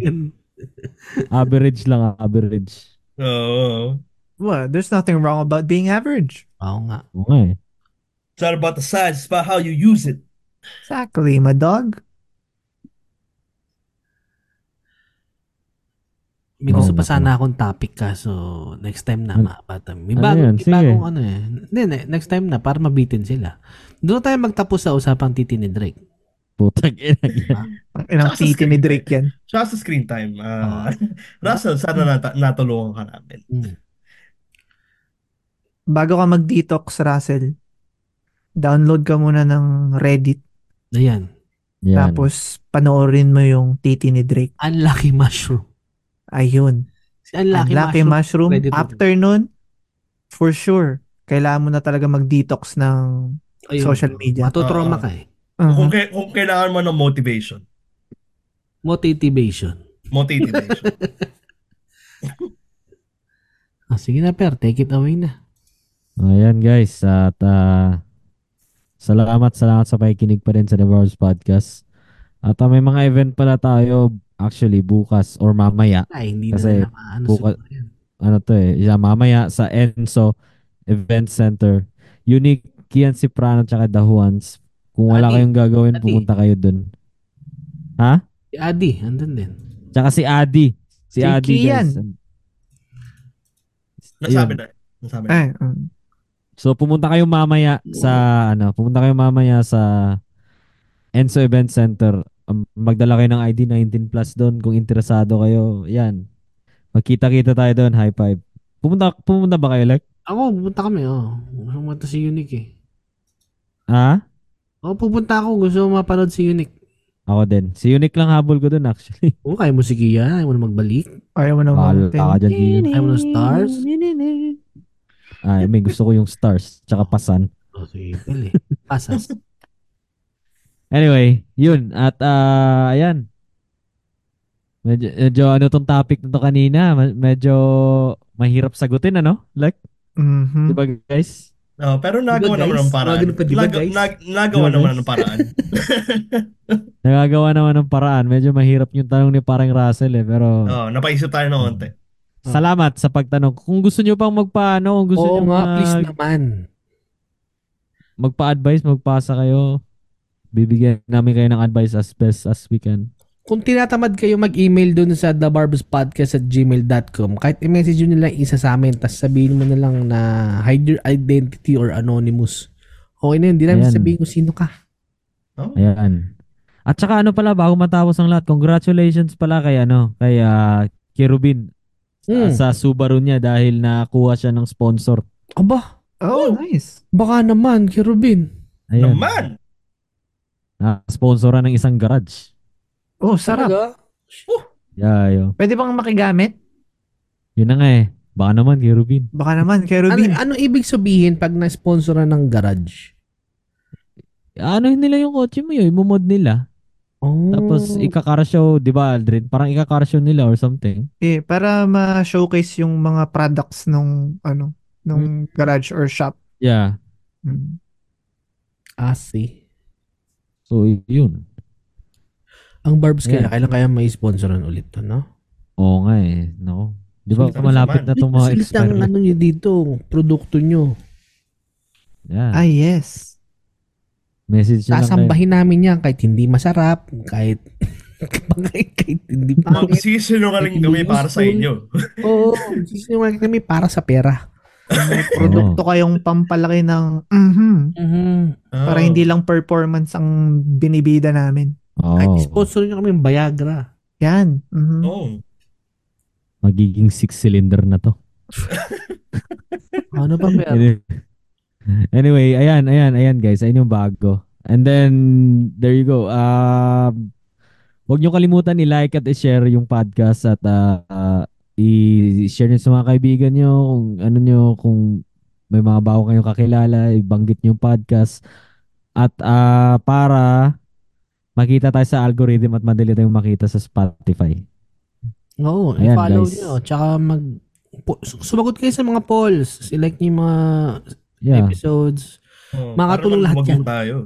Average lang, average.
Oo.
Well, there's nothing wrong about being average.
Oo nga.
Oo nga eh.
It's not about the size, it's about how you use it.
Exactly, my dog.
May
Oo diba?
gusto pa
nga.
sana akong topic ka, so next time na
Ano-
maabatan. May
ano
bagong,
yan?
may
Sige.
bagong ano eh. Hindi, ne- next time na para mabitin sila. Doon na tayo magtapos sa usapang titi ni Drake.
Putang ina.
Ang inang
Tsaka sa
titi ni
screen.
Drake yan.
Tsaka sa screen time. ah <laughs> Russell, sana nat- natulungan ka namin.
Mm.
Bago ka mag-detox, Russell, download ka muna ng Reddit.
Ayan.
Yan.
Tapos, panoorin mo yung titi ni Drake.
Unlucky mushroom.
Ayun.
Si Unlucky,
Unlucky
mushroom.
mushroom.
Reddit.
After nun, for sure, kailangan mo na talaga mag-detox ng...
Ayun.
social media.
Oo.
Matutroma ka eh.
Uh-huh.
Kung, kay- kung kailangan mo ng motivation.
Motivation.
Motivation.
Ah, sige na per, take it away na.
Ayan guys, at ah, salamat salamat sa pakikinig pa rin sa The Bars Podcast. At ah, may mga event pala tayo actually bukas or mamaya.
Ay, hindi na
Kasi
nila maano
bukas-
siguro yan.
Ano to eh, yeah, mamaya sa Enzo Event Center. Unique Kian Ciprano tsaka The Juans. Kung wala
Adi.
kayong gagawin,
Adi.
pumunta kayo dun. Ha?
Si Adi, andun din.
Tsaka si Adi. Si,
Si
Adi
Kian.
guys.
Nasabi
Ayun.
na. Nasabi na.
Ay, um,
So pumunta kayo mamaya sa ano, pumunta kayo mamaya sa Enzo Event Center. Um, Magdala kayo ng ID 19 plus doon kung interesado kayo. Yan. Magkita-kita tayo doon, high five. Pumunta pumunta ba kayo like?
Ako, pupunta kami, oh. Gusto ko pumunta si Unique eh.
Ha?
Oh, pupunta ako. Gusto ko mapanood si Unique.
Ako din. Si Unique lang habol ko doon actually.
Oo, kaya mo si Kia. Ayaw mo na magbalik.
ayaw mo na
Mahal
mountain.
ka dyan, Gio.
Ayaw mo na stars.
Ay, may gusto ko yung stars tsaka pasan.
Oh, sige, <laughs> pili. Pasas.
Anyway, yun. At ah, ayan. Medyo, medyo ano tong topic na to kanina. Ma- Medyo mahirap sagutin ano? Like,
Mhm.
Hmm.
di ba guys?
Oh, pero nagawa
Diba,
naman
guys?
ng paraan.
Nagano pa, diba,
Nag-
guys?
nag- nagawa
Diba,
naman
guys?
ng paraan.
Nagagawa naman ng paraan. Medyo mahirap yung tanong ni parang Russell eh. Pero
Oh, napaisip tayo ng onte.
salamat sa pagtanong. Kung gusto nyo pang magpaano, kung gusto
Oo
nyo
nga,
mag,
please naman.
magpa-advise, magpasa kayo, bibigyan namin kayo ng advice as best as we can.
Kung tinatamad kayo mag-email dun sa thebarbuspodcast at gmail.com, kahit i-message nyo nila isa sa amin, tapos sabihin mo na lang na hide your identity or anonymous. Okay na yun, di namin
Ayan.
sabihin kung sino ka.
Oh.
Ayan. At saka ano pala, bago matapos ang lahat, congratulations pala kay ano, kay ah, Kirubin
Mm.
sa Subaru niya dahil nakakuha siya ng sponsor.
Aba,
Oh, nice.
baka naman, Kirubin.
Ayan.
Naman!
Na sponsoran ng isang garage.
Oh, sarap.
Talaga? Oh,
Yeah, yun.
Pwede bang makigamit?
Yun na nga eh. Baka naman, Kirubin.
Baka naman, kay
Ano,
Rubin.
ano ibig sabihin pag na-sponsoran ng garage?
ano nila yung kotse mo yun, imumod nila.
Oh.
Tapos ikakarshow, di ba Aldrin? Parang ikakarshow nila or something.
Eh, para ma-showcase yung mga products nung ano, nung garage or shop.
Yeah.
Mm.
Ah, see.
So y- yun.
Ang Barbs kaya,
Ayan.
kailan kaya may sponsoran ulit to, no?
Oo nga eh. No. Di ba
Sulit-sulit
malapit
naman.
na itong mga
Sulit ang
experiment.
ano nyo dito, produkto nyo.
Yeah.
Ah, yes.
Message na lang kayo.
Sasambahin namin yan kahit hindi masarap, kahit <laughs> kahit, kahit hindi pa.
Magsisinungaling kami para sa inyo.
Oo, sisinungaling kami para sa pera.
Produkto kayong pampalaki ng mhm
Mhm.
para
Oh.
hindi lang performance ang binibida namin.
Kahit
Oo.
sponsor nyo kami yung Viagra.
Yan. Mhm.
Oh.
Magiging six-cylinder na to.
Ano pa pera?
Anyway- <laughs> anyway, ayan, ayan, ayan guys. Ayun yung bago. And then, there you go. Um, huwag nyo kalimutan i-like at i-share yung podcast at ah, ah, i-share nyo sa mga kaibigan nyo kung ano nyo, kung may mga bago kayong kakilala, ibanggit nyo yung podcast. At ah, para makita tayo sa algorithm at madali tayong makita sa Spotify.
Oo,
Ayan,
follow
guys.
nyo. Tsaka mag... po- sumagot kayo sa mga polls. Select nyo yung mga
Yeah.
episodes.
Oh,
Makakatulong
para
lahat
magbago
yan.
tayo.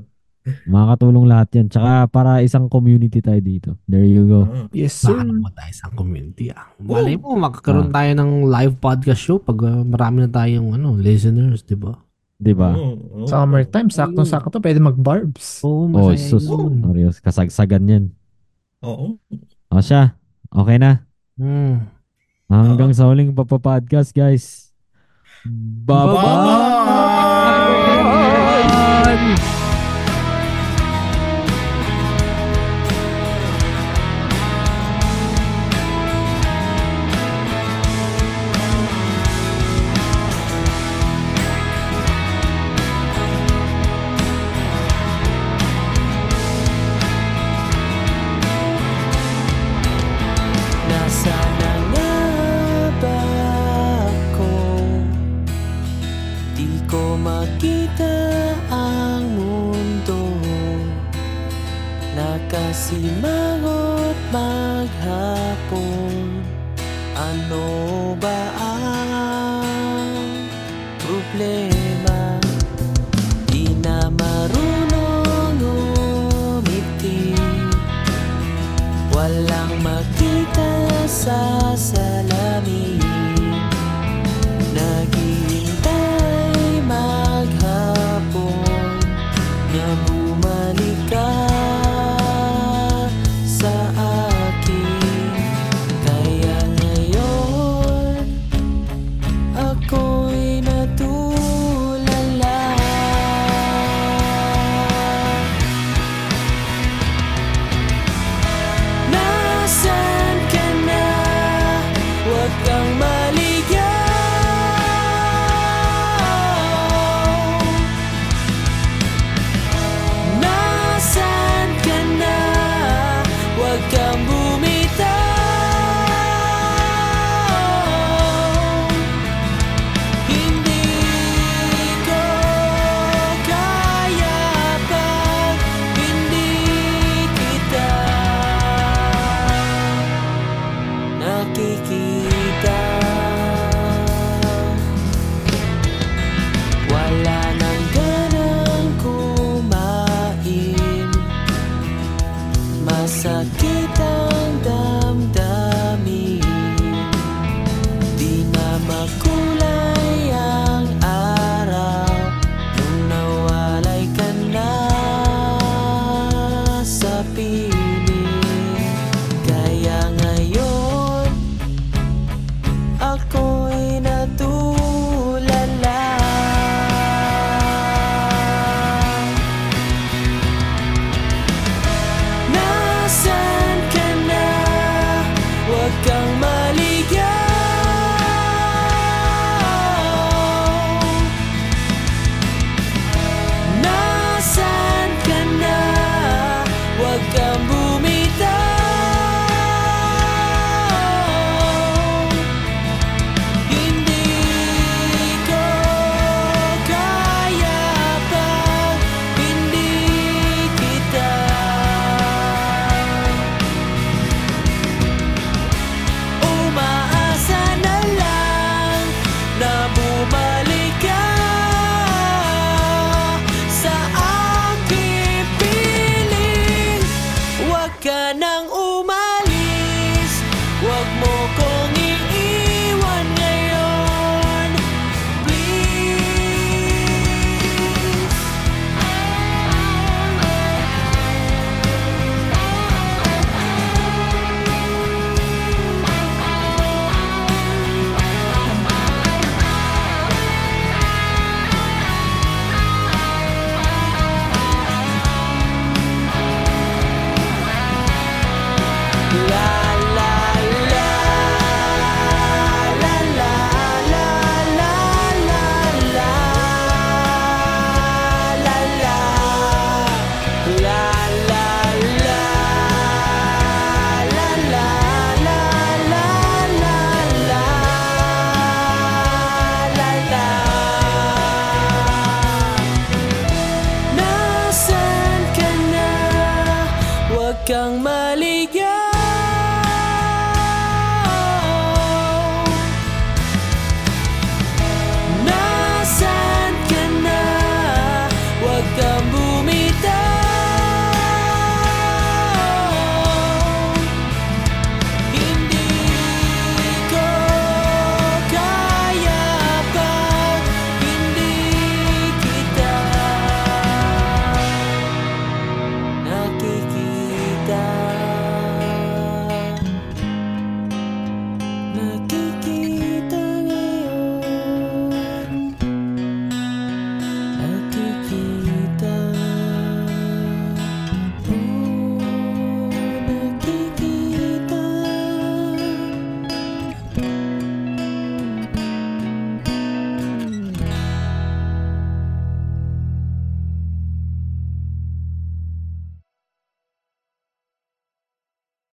Makakatulong lahat yan. Tsaka para isang community tayo dito. There you go.
Ah.
Yes, sir.
Baka naman tayo sa community ah. Malay mo, magkakaroon
Ah.
tayo ng live podcast show pag uh, marami na tayong ano, listeners, di ba?
Di ba?
Oh, oh.
Summertime, sakto-sakto, pwede mag-barbs.
Oh,
Oo, masaya
sus.
yun.
Marios, kasagsagan yan.
Oo.
O siya. Okay na.
Hmm.
Hanggang sa huling papapodcast, guys. Bye-bye!
Bye-bye!
Nasaan na nga ba ako? Di ko makita ang mundo Nakasimangot maghapon Ano ba ang problema? Di na marunong umiti Walang makita sa salamin Naghihintay maghapon Na bumalik ka sa akin Kaya ngayon ako'y natulala Nasaan ka na? Huwag kang maligaw Nasaan ka na? Huwag kang bumitaw Hindi ko kaya pag hindi kita nakikita